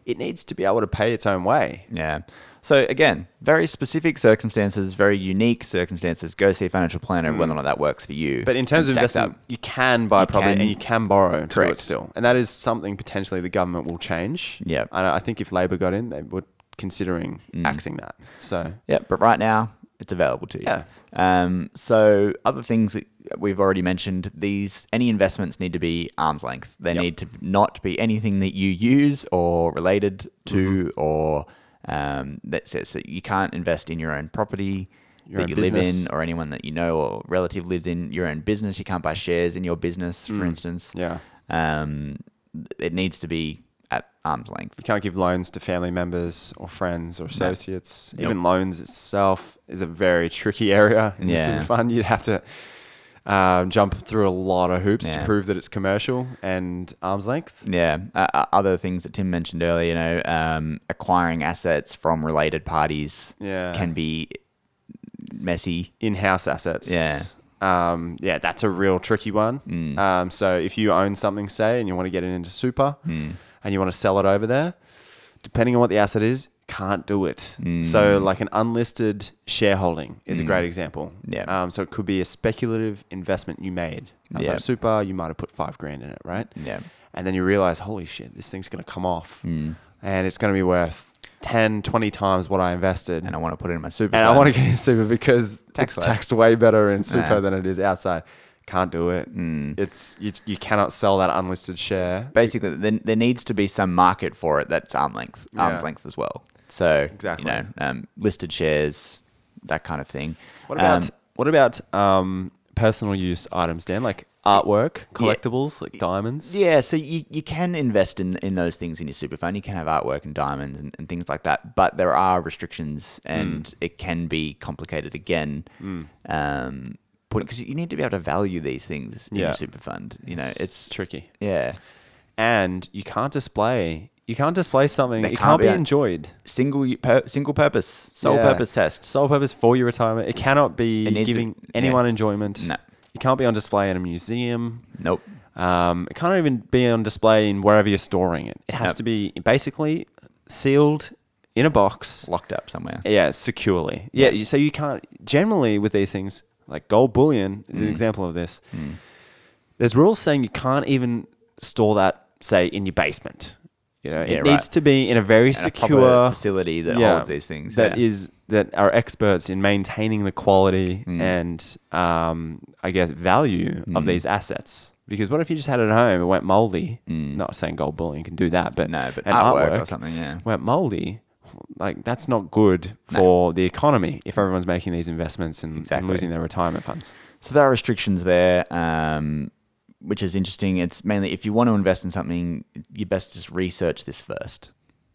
[SPEAKER 1] It needs to be able to pay its own way.
[SPEAKER 2] yeah. So again, very specific circumstances, very unique circumstances. Go see a financial planner whether or not that works for you.
[SPEAKER 1] Mm. But in terms
[SPEAKER 2] and
[SPEAKER 1] of
[SPEAKER 2] stack that
[SPEAKER 1] investing, you can buy property
[SPEAKER 2] can-
[SPEAKER 1] and you can borrow to do
[SPEAKER 2] Correct.
[SPEAKER 1] it still. And that is something potentially the government will change.
[SPEAKER 2] Yep. Mm.
[SPEAKER 1] And I think if Labor got in, they were considering axing that. So
[SPEAKER 2] Yeah, but right now it's available to you.
[SPEAKER 1] Yeah.
[SPEAKER 2] Um, so other things that we've already mentioned, these any investments need to be arm's length. They
[SPEAKER 1] Yep.
[SPEAKER 2] need to not be anything that you use or related to,
[SPEAKER 1] Mm-hmm.
[SPEAKER 2] or um, that's it. So you can't invest in your own property
[SPEAKER 1] Your
[SPEAKER 2] that
[SPEAKER 1] own
[SPEAKER 2] you
[SPEAKER 1] business.
[SPEAKER 2] live in, or anyone that you know or relative lives in. Your own business, you can't buy shares in your business, for instance.
[SPEAKER 1] Mm. yeah.
[SPEAKER 2] Um, it needs to be at arm's length.
[SPEAKER 1] You can't give loans to family members or friends or associates. Even loans itself is a very tricky area in the
[SPEAKER 2] Yeah.
[SPEAKER 1] super fund. You'd have to um, jump through a lot of hoops to
[SPEAKER 2] Yeah.
[SPEAKER 1] prove that it's commercial and arm's length.
[SPEAKER 2] Yeah. Uh, uh, other things that Tim mentioned earlier, you know, um, acquiring assets from related parties
[SPEAKER 1] Yeah.
[SPEAKER 2] can be messy.
[SPEAKER 1] in-house assets.
[SPEAKER 2] Yeah. Mm.
[SPEAKER 1] Um, yeah, that's a real tricky one. Um, so if you own something, say, and you want to get it into super
[SPEAKER 2] Mm.
[SPEAKER 1] and you want to sell it over there, depending on what the asset is, can't do it.
[SPEAKER 2] Mm.
[SPEAKER 1] So like an unlisted shareholding is a great example.
[SPEAKER 2] Yeah.
[SPEAKER 1] Um, so it could be a speculative investment you made. Outside
[SPEAKER 2] Yeah.
[SPEAKER 1] of super, you might have put five grand in it, right?
[SPEAKER 2] Yeah. Mm.
[SPEAKER 1] And then you realize, holy shit, this thing's going to come off and it's going to be worth 10, 20 times what I invested.
[SPEAKER 2] And I want to put it in my super.
[SPEAKER 1] And I
[SPEAKER 2] fund.
[SPEAKER 1] want to get in super because
[SPEAKER 2] Tax
[SPEAKER 1] it's
[SPEAKER 2] less.
[SPEAKER 1] taxed way better in super
[SPEAKER 2] Yeah.
[SPEAKER 1] than it is outside. Can't do it. It's you, you cannot sell that unlisted share.
[SPEAKER 2] Basically, there, there needs to be some market for it that's arm length, arm's
[SPEAKER 1] Yeah.
[SPEAKER 2] length as well. So,
[SPEAKER 1] Exactly.
[SPEAKER 2] you know, um, listed shares, that kind of thing.
[SPEAKER 1] What about
[SPEAKER 2] Um,
[SPEAKER 1] what about um, personal use items, Dan? Like artwork, collectibles, like diamonds.
[SPEAKER 2] Yeah, so you, you can invest in, in those things in your super fund. You can have artwork and diamonds and, and things like that, but there are restrictions and
[SPEAKER 1] Mm.
[SPEAKER 2] it can be complicated again. Um, because you need to be able to value these things in
[SPEAKER 1] Yeah.
[SPEAKER 2] your super fund. You know, it's
[SPEAKER 1] tricky,
[SPEAKER 2] yeah,
[SPEAKER 1] and you can't display. You can't display something.
[SPEAKER 2] They
[SPEAKER 1] It
[SPEAKER 2] can't
[SPEAKER 1] can't be
[SPEAKER 2] be-
[SPEAKER 1] enjoyed.
[SPEAKER 2] single u- pur- single purpose, sole
[SPEAKER 1] Yeah.
[SPEAKER 2] purpose test.
[SPEAKER 1] Sole purpose for your retirement. It cannot be
[SPEAKER 2] It needs to-
[SPEAKER 1] giving
[SPEAKER 2] yeah.
[SPEAKER 1] anyone enjoyment.
[SPEAKER 2] No.
[SPEAKER 1] It can't be on display in a museum.
[SPEAKER 2] Nope.
[SPEAKER 1] Um, it can't even be on display in wherever you're storing it. It has
[SPEAKER 2] Yep.
[SPEAKER 1] to be basically sealed in a box.
[SPEAKER 2] Locked up somewhere.
[SPEAKER 1] Yeah, securely. Yeah, you- so you can't. Generally, with these things, like gold bullion is
[SPEAKER 2] Mm.
[SPEAKER 1] an example of this. There's rules saying you can't even store that, say, in your basement. You know, it
[SPEAKER 2] Yeah, right.
[SPEAKER 1] needs to be in a very
[SPEAKER 2] And a proper
[SPEAKER 1] secure
[SPEAKER 2] facility that holds these things.
[SPEAKER 1] that
[SPEAKER 2] yeah.
[SPEAKER 1] is- that are experts in maintaining the quality
[SPEAKER 2] Mm.
[SPEAKER 1] and um, I guess value of these assets. Because what if you just had it at home? It went moldy. Not saying gold bullion can do that, but
[SPEAKER 2] Mm. no, but
[SPEAKER 1] and
[SPEAKER 2] artwork, or something. Yeah.
[SPEAKER 1] went moldy. Like that's not good for the economy if everyone's making these investments and,
[SPEAKER 2] Exactly.
[SPEAKER 1] and losing their retirement funds.
[SPEAKER 2] So there are restrictions there, um, which is interesting. It's mainly if you want to invest in something, you best just research this first.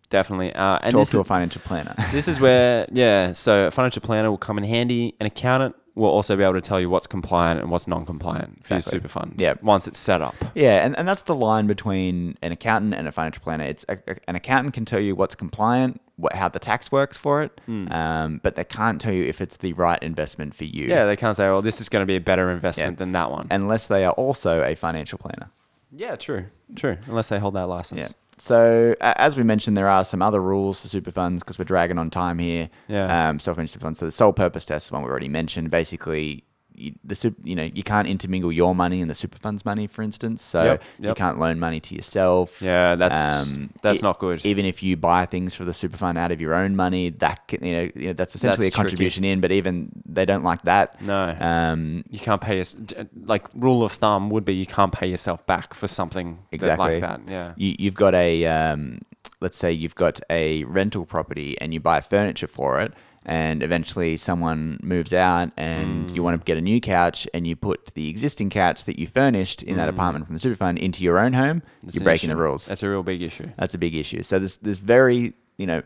[SPEAKER 1] Definitely. Uh, and
[SPEAKER 2] Talk
[SPEAKER 1] this
[SPEAKER 2] to
[SPEAKER 1] is,
[SPEAKER 2] a financial planner.
[SPEAKER 1] this is where yeah. So a financial planner will come in handy. An accountant will also be able to tell you what's compliant and what's non-compliant for
[SPEAKER 2] Exactly.
[SPEAKER 1] your super fund.
[SPEAKER 2] Yeah.
[SPEAKER 1] Once it's set up.
[SPEAKER 2] yeah, and, and that's the line between an accountant and a financial planner. It's a, a- an accountant can tell you what's compliant, what, how the tax works for it,
[SPEAKER 1] Hmm.
[SPEAKER 2] um, but they can't tell you if it's the right investment for you.
[SPEAKER 1] Yeah, they can't say, "Well, this is going to be a better investment
[SPEAKER 2] Yeah.
[SPEAKER 1] than that one."
[SPEAKER 2] unless they are also a financial planner.
[SPEAKER 1] yeah, true, true. Unless they hold that license.
[SPEAKER 2] Yeah. So a- as we mentioned, there are some other rules for super funds because we're dragging on time here.
[SPEAKER 1] Yeah.
[SPEAKER 2] Um, self-managed super funds. So the sole purpose test is one we already mentioned. Basically, you, the sup- you know you can't intermingle your money and the super funds money, for instance. So
[SPEAKER 1] Yep,
[SPEAKER 2] you
[SPEAKER 1] yep.
[SPEAKER 2] can't loan money to yourself.
[SPEAKER 1] Yeah, that's that's
[SPEAKER 2] e-
[SPEAKER 1] not good.
[SPEAKER 2] Even if you buy things for the super fund out of your own money, that can, you know, you know that's essentially
[SPEAKER 1] That's
[SPEAKER 2] a contribution in. But even they don't like that.
[SPEAKER 1] No.
[SPEAKER 2] Um,
[SPEAKER 1] you can't pay us. d- Like rule of thumb would be, you can't pay yourself back for something that- like
[SPEAKER 2] exactly
[SPEAKER 1] that. Yeah.
[SPEAKER 2] you, you've got a um, let's say you've got a rental property and you buy furniture for it and eventually someone moves out and you
[SPEAKER 1] Mm.
[SPEAKER 2] want to get a new couch and you put the existing couch that you furnished in that apartment from the super fund into your own home
[SPEAKER 1] That's
[SPEAKER 2] you're
[SPEAKER 1] Mm. an
[SPEAKER 2] breaking the
[SPEAKER 1] issue.
[SPEAKER 2] rules
[SPEAKER 1] That's a real big issue.
[SPEAKER 2] that's a big issue so this this very you know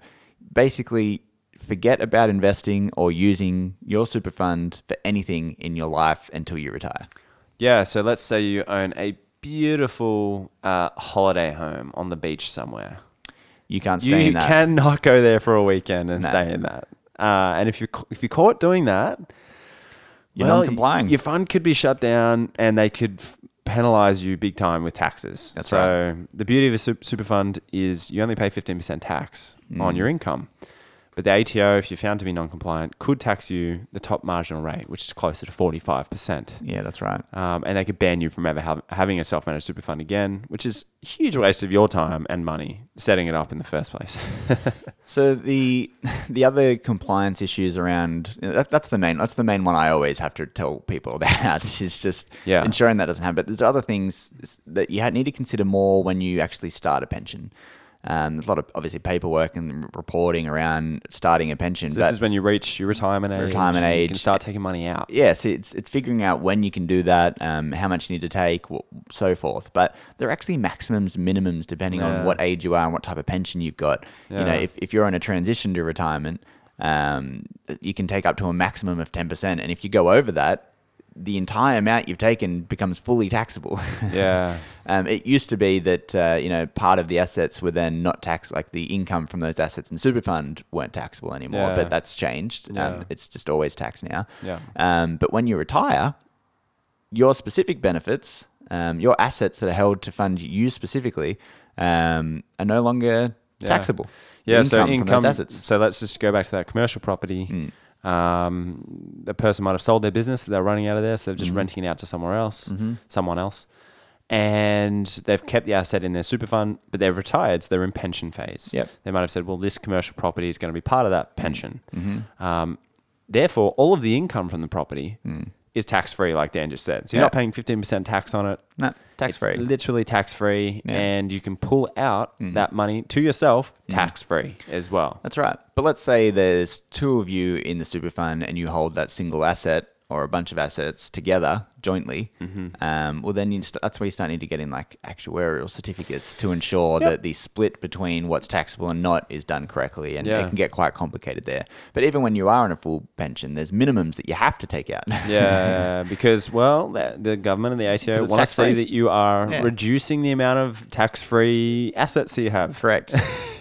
[SPEAKER 2] basically forget about investing or using your super fund for anything in your life until you retire
[SPEAKER 1] Yeah. So let's say you own a beautiful uh, holiday home on the beach somewhere.
[SPEAKER 2] you can't stay
[SPEAKER 1] You
[SPEAKER 2] in that
[SPEAKER 1] cannot go there for a weekend and
[SPEAKER 2] No.
[SPEAKER 1] stay in that. Uh, and if you if you caught doing that,
[SPEAKER 2] You're
[SPEAKER 1] well,
[SPEAKER 2] non-complying.
[SPEAKER 1] y- Your fund could be shut down, and they could f- penalize you big time with taxes.
[SPEAKER 2] That's
[SPEAKER 1] so the beauty of a sup- super fund is you only pay fifteen percent tax
[SPEAKER 2] Mm.
[SPEAKER 1] on your income, but the ATO, if you're found to be non-compliant, could tax you the top marginal rate, which is closer to forty-five percent.
[SPEAKER 2] yeah that's right
[SPEAKER 1] Um, and they could ban you from ever hav having a self-managed super fund again, which is a huge waste of your time and money setting it up in the first place.
[SPEAKER 2] So the the other compliance issues around that, that's the main that's the main one I always have to tell people about is just
[SPEAKER 1] Yeah.
[SPEAKER 2] ensuring that doesn't happen. But there's other things that you ha- need to consider more when you actually start a pension. Um, there's a lot of obviously paperwork and reporting around starting a pension.
[SPEAKER 1] So this
[SPEAKER 2] but-
[SPEAKER 1] is when you reach your retirement age.
[SPEAKER 2] Retirement
[SPEAKER 1] and You can
[SPEAKER 2] age.
[SPEAKER 1] start taking money out.
[SPEAKER 2] yeah, so it's it's figuring out when you can do that, um, how much you need to take, wh- so forth. But there are actually maximums, minimums, depending
[SPEAKER 1] Yeah.
[SPEAKER 2] on what age you are and what type of pension you've got. You know,
[SPEAKER 1] Yeah.
[SPEAKER 2] if, if you're in a transition to retirement, um, you can take up to a maximum of ten percent, and if you go over that, the entire amount you've taken becomes fully taxable.
[SPEAKER 1] Yeah.
[SPEAKER 2] Um, it used to be that uh, you know part of the assets were then not taxed, like the income from those assets in super fund weren't taxable anymore.
[SPEAKER 1] Yeah.
[SPEAKER 2] But that's changed.
[SPEAKER 1] Yeah.
[SPEAKER 2] Um, it's just always taxed now.
[SPEAKER 1] Yeah.
[SPEAKER 2] Um, but when you retire, your specific benefits, um, your assets that are held to fund you specifically, um, are no longer
[SPEAKER 1] Yeah.
[SPEAKER 2] taxable. The
[SPEAKER 1] Yeah, so
[SPEAKER 2] from those
[SPEAKER 1] income.
[SPEAKER 2] assets. Hmm.
[SPEAKER 1] So let's just go back to that commercial property. Um, the person might have sold their business, they're running out of there, so they're just
[SPEAKER 2] Hmm.
[SPEAKER 1] renting it out to somewhere else,
[SPEAKER 2] Mm-hmm.
[SPEAKER 1] someone else, and they've kept the asset in their super fund, but they've retired, so they're in pension phase.
[SPEAKER 2] Yep.
[SPEAKER 1] They might have said, "Well, this commercial property is going to be part of that pension."
[SPEAKER 2] Mm-hmm.
[SPEAKER 1] Um, therefore, all of the income from the property is tax free, like Dan just said. So you're
[SPEAKER 2] Hmm. Yeah.
[SPEAKER 1] not paying fifteen percent tax on it.
[SPEAKER 2] No, tax
[SPEAKER 1] It's
[SPEAKER 2] free.
[SPEAKER 1] literally tax free,
[SPEAKER 2] Yeah. Mm-hmm.
[SPEAKER 1] and you can pull out that money to yourself tax free as well.
[SPEAKER 2] That's right. But let's say there's two of you in the super fund and you hold that single asset or a bunch of assets together jointly. Um, well, then you st- that's where you start need to get in like actuarial certificates to ensure that the split between what's taxable and not is done correctly. And
[SPEAKER 1] Yeah.
[SPEAKER 2] it can get quite complicated there. But even when you are in a full pension, there's minimums that you have to take out.
[SPEAKER 1] Yeah, because well, the, the government and the
[SPEAKER 2] Because
[SPEAKER 1] ATO want
[SPEAKER 2] it's
[SPEAKER 1] to
[SPEAKER 2] tax-free.
[SPEAKER 1] see that you are
[SPEAKER 2] Yeah.
[SPEAKER 1] reducing the amount of tax-free assets that you have,
[SPEAKER 2] Correct.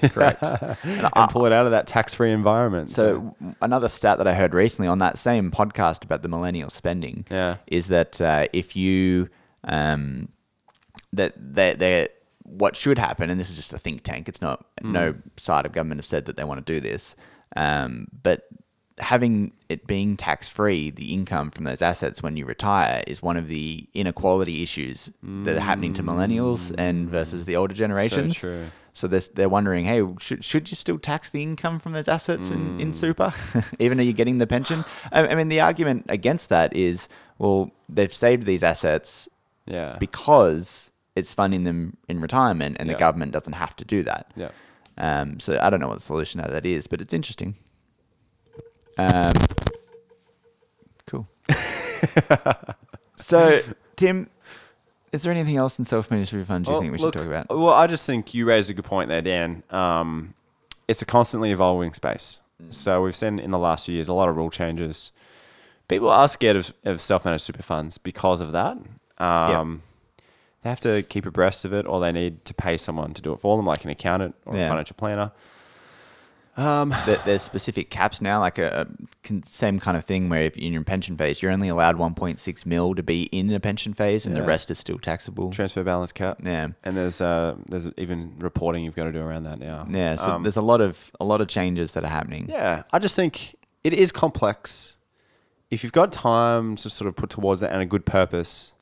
[SPEAKER 2] Correct.
[SPEAKER 1] and, pull it out of that tax-free environment.
[SPEAKER 2] So w- another stat that I heard recently on that same podcast about the millennial spending
[SPEAKER 1] Yeah.
[SPEAKER 2] is that uh, if you um, that they they what should happen, and this is just a think tank. It's not
[SPEAKER 1] Hmm.
[SPEAKER 2] no side of government have said that they want to do this, um, but having it being tax free, the income from those assets when you retire is one of the inequality issues that are happening to millennials and versus the older generations.
[SPEAKER 1] Hmm. true.
[SPEAKER 2] So they're, they're wondering, hey, should, should you still tax the income from those assets in, in super, even though you're getting the pension? I, I mean, the argument against that is, well, they've saved these assets
[SPEAKER 1] yeah,
[SPEAKER 2] because it's funding them in retirement and
[SPEAKER 1] Yeah.
[SPEAKER 2] the government doesn't have to do that.
[SPEAKER 1] yeah,
[SPEAKER 2] Um, so I don't know what the solution out of that is, but it's interesting. Um, cool. so, Tim, is there anything else in self managed super fund do you think we should talk about?
[SPEAKER 1] Oh, Well, I just think you raised a good point there, Dan. Um, it's a constantly evolving space.
[SPEAKER 2] Mm.
[SPEAKER 1] So we've seen in the last few years a lot of rule changes. People are scared of, of self-managed super funds because of that. Um, They have to keep abreast of it, or they need to pay someone to do it for them, like an accountant or a
[SPEAKER 2] Yeah.
[SPEAKER 1] financial planner.
[SPEAKER 2] that there's specific caps now, like a, a con- same kind of thing where if you're in your pension phase, you're only allowed 1.6 mil to be in a pension phase, and
[SPEAKER 1] Yeah.
[SPEAKER 2] the rest is still taxable.
[SPEAKER 1] Transfer balance cap.
[SPEAKER 2] Yeah,
[SPEAKER 1] And there's uh, there's even reporting you've got to do around that now.
[SPEAKER 2] yeah. So
[SPEAKER 1] Um,
[SPEAKER 2] there's a lot of a lot of changes that are happening.
[SPEAKER 1] Yeah, I just think it is complex. If you've got time to sort of put towards that and a good purpose,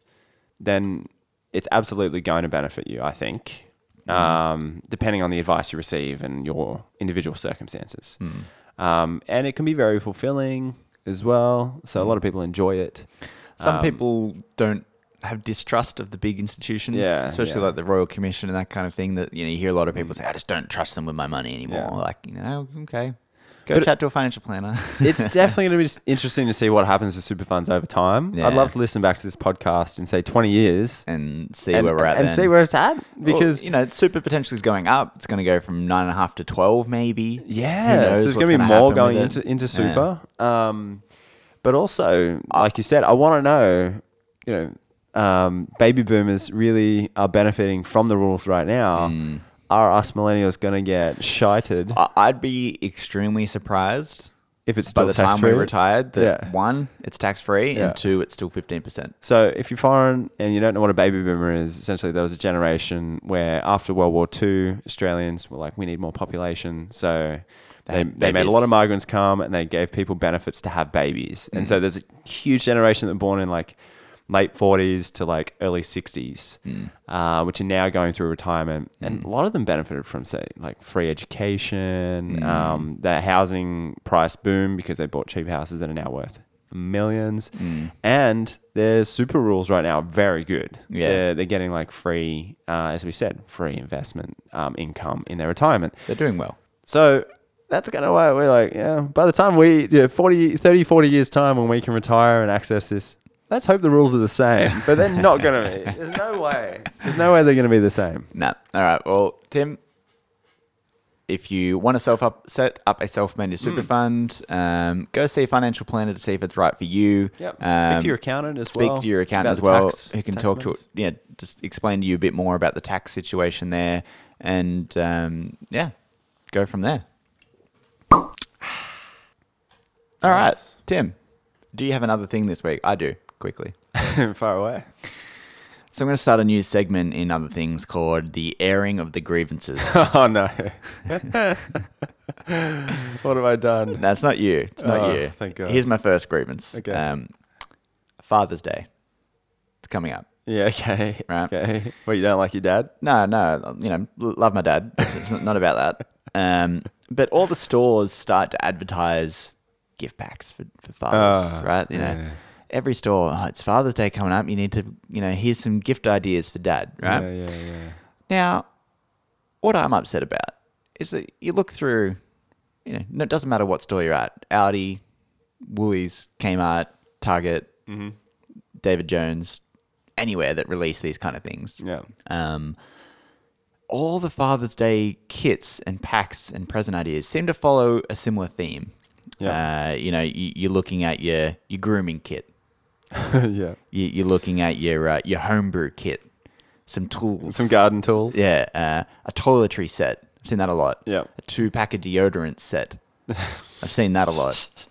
[SPEAKER 1] then it's absolutely going to benefit you, I think,
[SPEAKER 2] Mm-hmm.
[SPEAKER 1] um, depending on the advice you receive and your individual circumstances.
[SPEAKER 2] Mm.
[SPEAKER 1] Um, and it can be very fulfilling as well. So
[SPEAKER 2] Mm.
[SPEAKER 1] a lot of people enjoy it.
[SPEAKER 2] Some
[SPEAKER 1] Um,
[SPEAKER 2] people don't have distrust of the big institutions,
[SPEAKER 1] Yeah,
[SPEAKER 2] especially
[SPEAKER 1] yeah. Mm.
[SPEAKER 2] like the Royal Commission and that kind of thing. That you know, you hear a lot of people say, "I just don't trust them with my money anymore."
[SPEAKER 1] Yeah.
[SPEAKER 2] Like, you know, okay, go
[SPEAKER 1] But-
[SPEAKER 2] chat to a financial planner.
[SPEAKER 1] it's definitely going to be interesting to see what happens with super funds over time.
[SPEAKER 2] Yeah.
[SPEAKER 1] I'd love to listen back to this podcast in say 20 years
[SPEAKER 2] and see
[SPEAKER 1] and,
[SPEAKER 2] where we're at
[SPEAKER 1] and
[SPEAKER 2] then.
[SPEAKER 1] see where it's at
[SPEAKER 2] Well,
[SPEAKER 1] because
[SPEAKER 2] you know super potentially is going up. It's going to go from nine and a half to twelve, maybe. Who
[SPEAKER 1] Yeah,
[SPEAKER 2] knows
[SPEAKER 1] so there's
[SPEAKER 2] what's
[SPEAKER 1] going to be
[SPEAKER 2] gonna
[SPEAKER 1] more
[SPEAKER 2] happen
[SPEAKER 1] going
[SPEAKER 2] with it.
[SPEAKER 1] into into
[SPEAKER 2] Yeah.
[SPEAKER 1] super. Um, but also, like you said, I want to know, you know, um, baby boomers really are benefiting from the rules right now.
[SPEAKER 2] Hmm.
[SPEAKER 1] Are us millennials going to get shited
[SPEAKER 2] I- I'd be extremely surprised
[SPEAKER 1] if it's
[SPEAKER 2] by
[SPEAKER 1] still
[SPEAKER 2] the
[SPEAKER 1] tax
[SPEAKER 2] time
[SPEAKER 1] free?
[SPEAKER 2] we're retired that
[SPEAKER 1] Yeah.
[SPEAKER 2] one, it's tax free,
[SPEAKER 1] Yeah.
[SPEAKER 2] and two, it's still fifteen percent.
[SPEAKER 1] So if you're foreign and you don't know what a baby boomer is, essentially there was a generation where after World War II, Australians were like, we need more population. So they,
[SPEAKER 2] They
[SPEAKER 1] they,
[SPEAKER 2] had
[SPEAKER 1] made a
[SPEAKER 2] babies.
[SPEAKER 1] lot of migrants come and they gave people benefits to have babies. And so there's a huge generation that were born in like late 40s to like early 60s, uh, which are now going through retirement. And a lot of them benefited from, say, like free education, um, the housing price boom because they bought cheap houses that are now worth millions. And their super rules right now are very good.
[SPEAKER 2] Yeah.
[SPEAKER 1] They're, they're getting like free, uh, as we said, free investment um, income in their retirement.
[SPEAKER 2] They're doing well.
[SPEAKER 1] So that's kind of why we're like, yeah, by the time we, yeah, 40, 30, 40 years' time when we can retire and access this, let's hope the rules are the same. But they're not going to be. There's no way. There's no way they're going to be the same.
[SPEAKER 2] Nah. All right. Well, Tim, if you want to self up, set up a self managed
[SPEAKER 1] Hmm.
[SPEAKER 2] super fund, um, go see a financial planner to see if it's right for you.
[SPEAKER 1] Yep.
[SPEAKER 2] Um,
[SPEAKER 1] speak to your accountant as
[SPEAKER 2] speak
[SPEAKER 1] well.
[SPEAKER 2] to your accountant
[SPEAKER 1] about
[SPEAKER 2] as
[SPEAKER 1] the
[SPEAKER 2] well,
[SPEAKER 1] tax-
[SPEAKER 2] who can
[SPEAKER 1] tax
[SPEAKER 2] talk to
[SPEAKER 1] amounts.
[SPEAKER 2] yeah, just explain to you a bit more about the tax situation there, and um, yeah, go from there. All right,
[SPEAKER 1] Nice.
[SPEAKER 2] Tim, do you have another thing this week? I do quickly.
[SPEAKER 1] Far away.
[SPEAKER 2] So I'm going to start a new segment in other things called the airing of the grievances.
[SPEAKER 1] oh no. what have I done?
[SPEAKER 2] That's not you. It's not
[SPEAKER 1] Oh,
[SPEAKER 2] you.
[SPEAKER 1] thank God.
[SPEAKER 2] Here's my first grievance.
[SPEAKER 1] Okay.
[SPEAKER 2] Um, Father's Day. It's coming up.
[SPEAKER 1] Yeah. Okay.
[SPEAKER 2] Right.
[SPEAKER 1] Okay. Well, you don't like your dad?
[SPEAKER 2] No, no, you know, l- love my dad. It's, it's not about that. Um, but all the stores start to advertise gift packs for, for fathers,
[SPEAKER 1] Ah,
[SPEAKER 2] right? You know,
[SPEAKER 1] yeah.
[SPEAKER 2] every store, oh, it's Father's Day coming up. You need to, you know, here's some gift ideas for dad, right?
[SPEAKER 1] Yeah. Yeah. Yeah.
[SPEAKER 2] Now, what I'm upset about is that you look through, you know, no, it doesn't matter what store you're at Audi, Woolies, Kmart, Target,
[SPEAKER 1] Mm-hmm.
[SPEAKER 2] David Jones, anywhere that release these kind of things.
[SPEAKER 1] Yeah.
[SPEAKER 2] Um, all the Father's Day kits and packs and present ideas seem to follow a similar theme.
[SPEAKER 1] Yeah.
[SPEAKER 2] Uh, you know, you, you're looking at your, your grooming kit, Um,
[SPEAKER 1] yeah.
[SPEAKER 2] you, you're looking at your, uh, your homebrew kit, some tools,
[SPEAKER 1] Some garden tools.
[SPEAKER 2] yeah, uh, a toiletry set. I've seen that a lot.
[SPEAKER 1] Yeah.
[SPEAKER 2] A two pack of deodorant set. I've seen that a lot.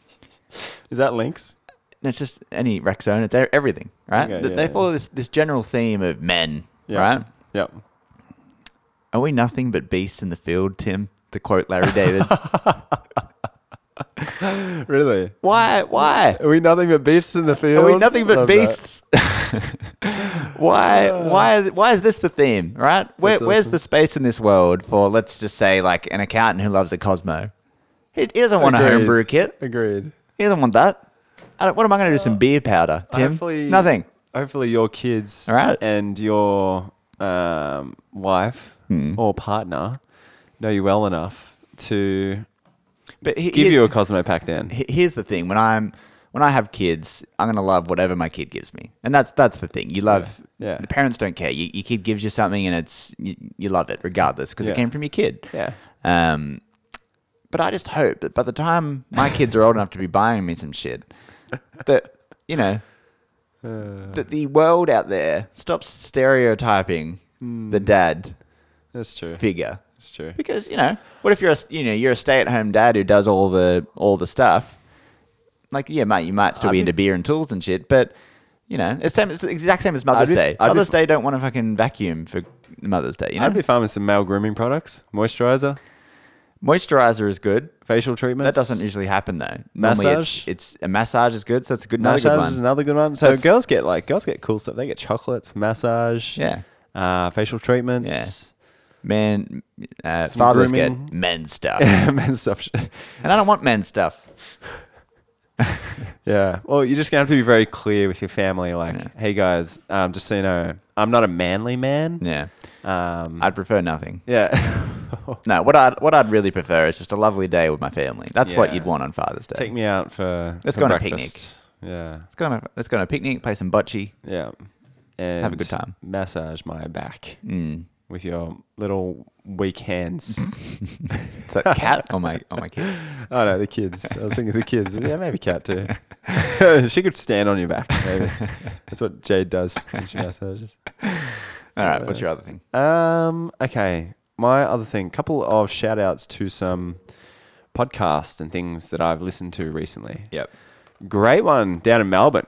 [SPEAKER 1] Is that links?
[SPEAKER 2] And it's just any Rexona, it's e- everything, right?
[SPEAKER 1] Okay,
[SPEAKER 2] Th-
[SPEAKER 1] yeah,
[SPEAKER 2] they
[SPEAKER 1] yeah.
[SPEAKER 2] follow this, this general theme of men,
[SPEAKER 1] Yeah.
[SPEAKER 2] right?
[SPEAKER 1] Yep.
[SPEAKER 2] Are we nothing but beasts in the field, Tim? To quote Larry David.
[SPEAKER 1] Really?
[SPEAKER 2] why? Why?
[SPEAKER 1] Are we nothing but beasts in the field?
[SPEAKER 2] Are we nothing but
[SPEAKER 1] Love that. Uh.
[SPEAKER 2] beasts? why? Why? Why is this the theme, right? Where,
[SPEAKER 1] That's
[SPEAKER 2] Where's
[SPEAKER 1] awesome.
[SPEAKER 2] the space in this world for, let's just say, like an accountant who loves a Cosmo? He, he doesn't want
[SPEAKER 1] Agreed.
[SPEAKER 2] a homebrew kit.
[SPEAKER 1] Agreed.
[SPEAKER 2] He doesn't want that. I don't, what am I going to do? Some beer powder, Tim?
[SPEAKER 1] Hopefully,
[SPEAKER 2] Nothing.
[SPEAKER 1] Hopefully, your kids
[SPEAKER 2] All right.
[SPEAKER 1] and your um, wife
[SPEAKER 2] Hmm.
[SPEAKER 1] or partner know you well enough to
[SPEAKER 2] But he,
[SPEAKER 1] give
[SPEAKER 2] he-
[SPEAKER 1] you a Cosmo pack. Then
[SPEAKER 2] he- here's the thing: when I'm when I have kids, I'm going to love whatever my kid gives me, and that's that's the thing. You love.
[SPEAKER 1] Yeah.
[SPEAKER 2] The parents don't care. You, your kid gives you something, and it's you, you love it regardless because
[SPEAKER 1] Yeah.
[SPEAKER 2] it came from your kid.
[SPEAKER 1] Yeah.
[SPEAKER 2] Um, but I just hope that by the time my kids are old enough to be buying me some shit, that you know,
[SPEAKER 1] Uh,
[SPEAKER 2] that the world out there stops stereotyping
[SPEAKER 1] Hmm.
[SPEAKER 2] the dad
[SPEAKER 1] that's true.
[SPEAKER 2] figure.
[SPEAKER 1] That's true.
[SPEAKER 2] Because you know, what if you're a you know you're a stay at home dad who does all the all the stuff? Like yeah, mate, you might still
[SPEAKER 1] I'd
[SPEAKER 2] be
[SPEAKER 1] be-
[SPEAKER 2] into beer and tools and shit, but you know, it's same. It's the exact same as Mother's
[SPEAKER 1] be-
[SPEAKER 2] Day.
[SPEAKER 1] I'd be-
[SPEAKER 2] Mother's Day don't want to fucking vacuum for Mother's Day. You know,
[SPEAKER 1] I'd be fine with some male grooming products, moisturizer,
[SPEAKER 2] moisturizer is good.
[SPEAKER 1] facial
[SPEAKER 2] That
[SPEAKER 1] treatments.
[SPEAKER 2] doesn't usually happen though. Normally
[SPEAKER 1] Massage?
[SPEAKER 2] it's, it's a massage is good, so that's a good another
[SPEAKER 1] Massage
[SPEAKER 2] good
[SPEAKER 1] is
[SPEAKER 2] one.
[SPEAKER 1] another good one. So
[SPEAKER 2] That's-
[SPEAKER 1] girls get like girls get cool stuff. They get chocolates, massage,
[SPEAKER 2] Yeah.
[SPEAKER 1] uh, facial treatments,
[SPEAKER 2] Man, uh,
[SPEAKER 1] Some
[SPEAKER 2] fathers
[SPEAKER 1] grooming.
[SPEAKER 2] get men's stuff,
[SPEAKER 1] yeah, men's stuff.
[SPEAKER 2] and I don't want men's stuff.
[SPEAKER 1] Yeah. Well, you're just gonna have to be very clear with your family. Like, hey guys, um, just so you know, I'm not a manly man.
[SPEAKER 2] Yeah,
[SPEAKER 1] Um,
[SPEAKER 2] I'd prefer nothing.
[SPEAKER 1] yeah.
[SPEAKER 2] No, what I'd what I'd really prefer is just a lovely day with my family. That's what
[SPEAKER 1] Yeah.
[SPEAKER 2] you'd want on Father's Day.
[SPEAKER 1] Take me out for.
[SPEAKER 2] Let's
[SPEAKER 1] for
[SPEAKER 2] go on a
[SPEAKER 1] breakfast. Yeah.
[SPEAKER 2] Let's go on a let's go on a picnic, play some bocce.
[SPEAKER 1] Yeah. And
[SPEAKER 2] good time.
[SPEAKER 1] Massage my back
[SPEAKER 2] Mm.
[SPEAKER 1] with your little weak hands.
[SPEAKER 2] Is that cat or my or my kids?
[SPEAKER 1] oh no, the kids. I was thinking the kids. But yeah, maybe cat too. she could stand on your back. Maybe. That's what Jade does when she massages.
[SPEAKER 2] All right, what's your other thing?
[SPEAKER 1] Um. Okay. My other thing, couple of shout outs to some podcasts and things that I've listened to recently.
[SPEAKER 2] Yep.
[SPEAKER 1] Great one down in Melbourne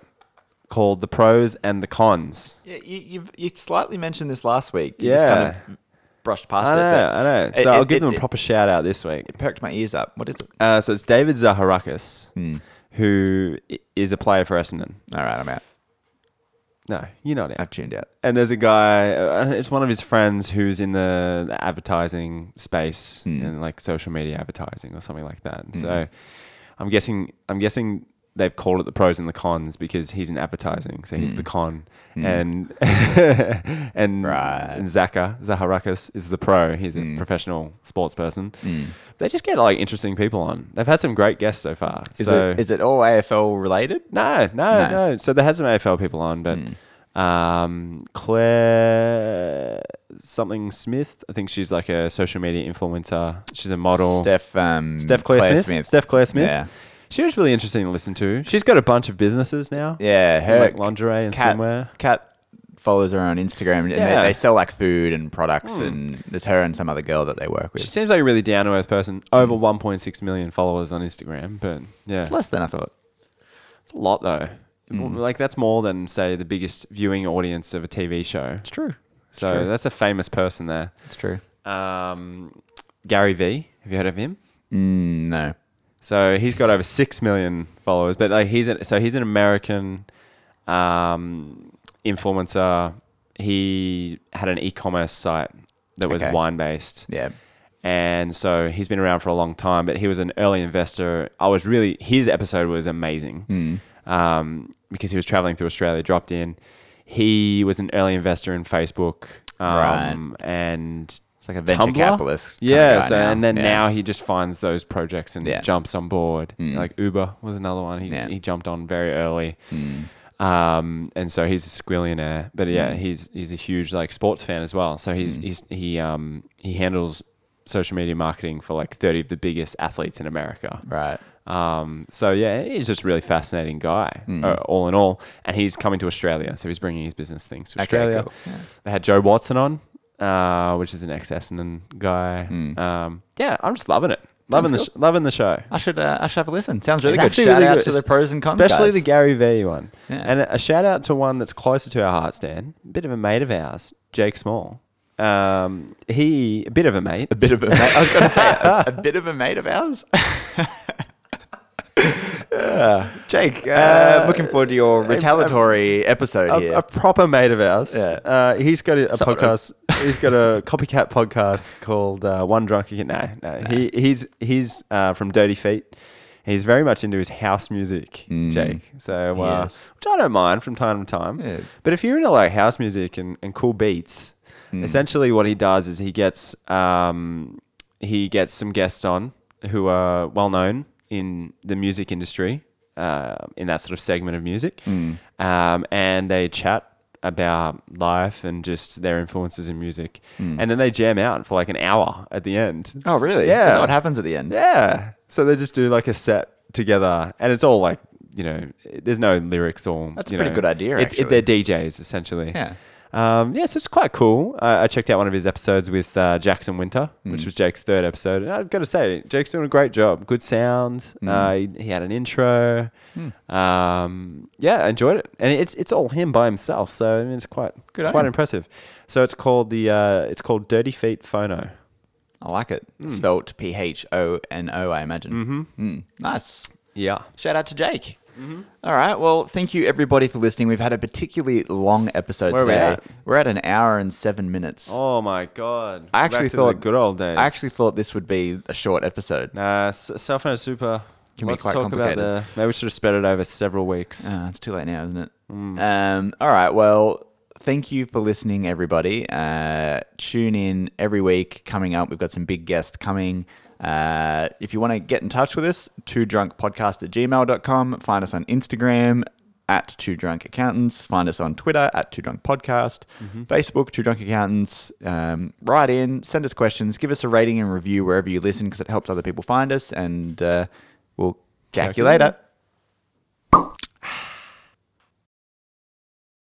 [SPEAKER 1] called The Pros and the Cons.
[SPEAKER 2] Yeah, you you've, you slightly mentioned this last week. You
[SPEAKER 1] You just kind
[SPEAKER 2] Just
[SPEAKER 1] of
[SPEAKER 2] kind of brushed
[SPEAKER 1] I
[SPEAKER 2] past it.
[SPEAKER 1] know, Ah, I know. So I'll give them a proper shout out this week.
[SPEAKER 2] perked my ears up. What is it?
[SPEAKER 1] Uh, so it's David Zaharakis,
[SPEAKER 2] Hmm.
[SPEAKER 1] who i- is a player for Essendon.
[SPEAKER 2] All right, I'm out.
[SPEAKER 1] No, you're not out.
[SPEAKER 2] I've tuned out.
[SPEAKER 1] And there's a guy, uh, it's one of his friends who's in the, the advertising space
[SPEAKER 2] Hmm.
[SPEAKER 1] and like social media advertising or something like that. And So
[SPEAKER 2] Hmm.
[SPEAKER 1] I'm guessing, I'm guessing they've called it the pros and the cons because he's in advertising, so he's
[SPEAKER 2] Hmm.
[SPEAKER 1] the con, and and
[SPEAKER 2] Right. Hmm.
[SPEAKER 1] and Zaka Zaharakis is the pro. He's a professional sports person. They just get like interesting people on. They've had some great guests so far.
[SPEAKER 2] Is
[SPEAKER 1] so
[SPEAKER 2] it is it all AFL related?
[SPEAKER 1] no, no,
[SPEAKER 2] No.
[SPEAKER 1] no, So they had some AFL people on, but Um, Claire something Smith. I think she's like a social media influencer. She's a model.
[SPEAKER 2] Steph, um,
[SPEAKER 1] Steph Claire, Smith. Steph Claire Smith.
[SPEAKER 2] Yeah.
[SPEAKER 1] She was really interesting to listen to. She's got a bunch of businesses now.
[SPEAKER 2] Yeah, her
[SPEAKER 1] like lingerie and
[SPEAKER 2] cat,
[SPEAKER 1] swimwear.
[SPEAKER 2] Cat follows her on Instagram, and
[SPEAKER 1] Yeah. Hmm.
[SPEAKER 2] they, they sell like food and products. And there's her and some other girl that they work
[SPEAKER 1] She
[SPEAKER 2] with.
[SPEAKER 1] seems like a really Hmm. down to earth person. Over 1.6 million followers on Instagram, but yeah,
[SPEAKER 2] Less than I thought.
[SPEAKER 1] it's a lot though. Hmm. Like that's more than say the biggest viewing audience of a TV show.
[SPEAKER 2] It's true.
[SPEAKER 1] So
[SPEAKER 2] true.
[SPEAKER 1] that's a famous person there.
[SPEAKER 2] It's true.
[SPEAKER 1] Um, Gary V. Have you heard of him?
[SPEAKER 2] Mm, no.
[SPEAKER 1] So he's got over six million followers, but like he's an, so he's an American um, influencer. He had an e-commerce site that was
[SPEAKER 2] Okay.
[SPEAKER 1] wine based,
[SPEAKER 2] Yeah.
[SPEAKER 1] and so he's been around for a long time. But he was an early investor. I was really his episode was amazing
[SPEAKER 2] Hmm.
[SPEAKER 1] um, because he was traveling through Australia, dropped in. He was an early investor in Facebook,
[SPEAKER 2] Right.
[SPEAKER 1] um, and
[SPEAKER 2] It's like a venture
[SPEAKER 1] Tumblr?
[SPEAKER 2] capitalist. kinda
[SPEAKER 1] yeah.
[SPEAKER 2] guy
[SPEAKER 1] So
[SPEAKER 2] now.
[SPEAKER 1] and then
[SPEAKER 2] Yeah.
[SPEAKER 1] now he just finds those projects and
[SPEAKER 2] Yeah. Mm.
[SPEAKER 1] jumps on board. Like Uber was another one. He
[SPEAKER 2] Yeah. Mm.
[SPEAKER 1] he jumped on very early. Um, and so he's a squillionaire, but yeah, he's he's a huge like sports fan as well. So he's
[SPEAKER 2] Mm.
[SPEAKER 1] he's he um he handles social media marketing for like thirty of the biggest athletes in America.
[SPEAKER 2] Right.
[SPEAKER 1] Um, so yeah, he's just a really fascinating guy,
[SPEAKER 2] Hmm.
[SPEAKER 1] uh, all in all. And he's coming to Australia, so he's bringing his business things to
[SPEAKER 2] Okay,
[SPEAKER 1] Australia.
[SPEAKER 2] cool. Yeah.
[SPEAKER 1] They had Joe Watson on, uh, which is an ex Essendon guy. Um, yeah, I'm just loving it, loving
[SPEAKER 2] Hmm. Sounds
[SPEAKER 1] the sh- loving the show.
[SPEAKER 2] I should uh, I should have a listen. Sounds really
[SPEAKER 1] It's
[SPEAKER 2] good.
[SPEAKER 1] actually
[SPEAKER 2] Shout
[SPEAKER 1] really
[SPEAKER 2] out
[SPEAKER 1] good,
[SPEAKER 2] to the
[SPEAKER 1] es-
[SPEAKER 2] pros and cons,
[SPEAKER 1] especially
[SPEAKER 2] guys.
[SPEAKER 1] the Gary V one.
[SPEAKER 2] Yeah.
[SPEAKER 1] And a, a shout out to one that's closer to our hearts, Dan, a bit of a mate of ours, Jake Small. Um, he a bit of a mate.
[SPEAKER 2] a bit of a mate. I was going to say a, a bit of a mate of ours.
[SPEAKER 1] Uh,
[SPEAKER 2] Yeah. Jake, uh, looking forward to your retaliatory episode here.
[SPEAKER 1] a, a proper mate of ours.
[SPEAKER 2] Yeah.
[SPEAKER 1] Uh, he's got a, a
[SPEAKER 2] Someone-
[SPEAKER 1] podcast. he's got a copycat podcast called uh, One Drunk Again. No, no. He, he's he's uh, from Dirty Feet. He's very much into his house music, Jake. So, uh,
[SPEAKER 2] Mm. is.
[SPEAKER 1] which I don't mind from time to time.
[SPEAKER 2] Yeah.
[SPEAKER 1] But if you're into like house music and, and cool beats, essentially what he does is he gets um, he gets some guests on who are well known in the music industry, uh, in that sort of segment of music, um, and they chat about life and just their influences in music, and then they jam out for like an hour at the end.
[SPEAKER 2] oh, really?
[SPEAKER 1] Yeah.
[SPEAKER 2] Is that what happens at the end?
[SPEAKER 1] Yeah. So they just do like a set together, and it's all like you know, there's no lyrics or
[SPEAKER 2] That's a
[SPEAKER 1] you
[SPEAKER 2] pretty
[SPEAKER 1] know,
[SPEAKER 2] good idea,
[SPEAKER 1] It's, it,
[SPEAKER 2] actually.
[SPEAKER 1] they're DJs essentially.
[SPEAKER 2] Yeah.
[SPEAKER 1] Um, yeah, so it's quite cool. Uh, I checked out one of his episodes with uh, Jackson Winter,
[SPEAKER 2] Mm.
[SPEAKER 1] which was Jake's third episode, and I've got to say, Jake's doing a great job. Good sound.
[SPEAKER 2] Mm.
[SPEAKER 1] Uh, he, he had an intro.
[SPEAKER 2] Hmm.
[SPEAKER 1] Um, yeah, I enjoyed it, and it's it's all him by himself, so I mean, it's quite
[SPEAKER 2] Good on
[SPEAKER 1] quite
[SPEAKER 2] him.
[SPEAKER 1] impressive. So it's called the uh, it's called Dirty Feet Phono.
[SPEAKER 2] I like it.
[SPEAKER 1] Hmm.
[SPEAKER 2] Spelt P H O N O, I imagine. Mm-hmm. Nice.
[SPEAKER 1] Yeah.
[SPEAKER 2] Shout out to Jake. Mm-hmm. All right. Well, thank you everybody for listening. We've had a particularly long episode
[SPEAKER 1] Where are we
[SPEAKER 2] today.
[SPEAKER 1] at?
[SPEAKER 2] We're at an hour and seven minutes.
[SPEAKER 1] Oh my god!
[SPEAKER 2] I actually
[SPEAKER 1] Back to the
[SPEAKER 2] thought-
[SPEAKER 1] good old days.
[SPEAKER 2] I actually thought this would be a short episode.
[SPEAKER 1] nah, S- cell phone is super.
[SPEAKER 2] Can be
[SPEAKER 1] Lots to
[SPEAKER 2] quite
[SPEAKER 1] talk about
[SPEAKER 2] complicated.
[SPEAKER 1] there. Maybe we should have spread it over several weeks.
[SPEAKER 2] Ah, it's too late now, isn't it? Um, all right. Well, thank you for listening, everybody. Uh, tune in every week. Coming up, we've got some big guests coming. Uh, if you want to get in touch with us, two drunk podcast at gmail.com. Find us on Instagram at two drunk accountants. Find us on Twitter at two drunk podcast, Facebook, two drunk accountants. Um, write in, send us questions, give us a rating and review wherever you listen because it helps other people find us. And uh, we'll jack you later.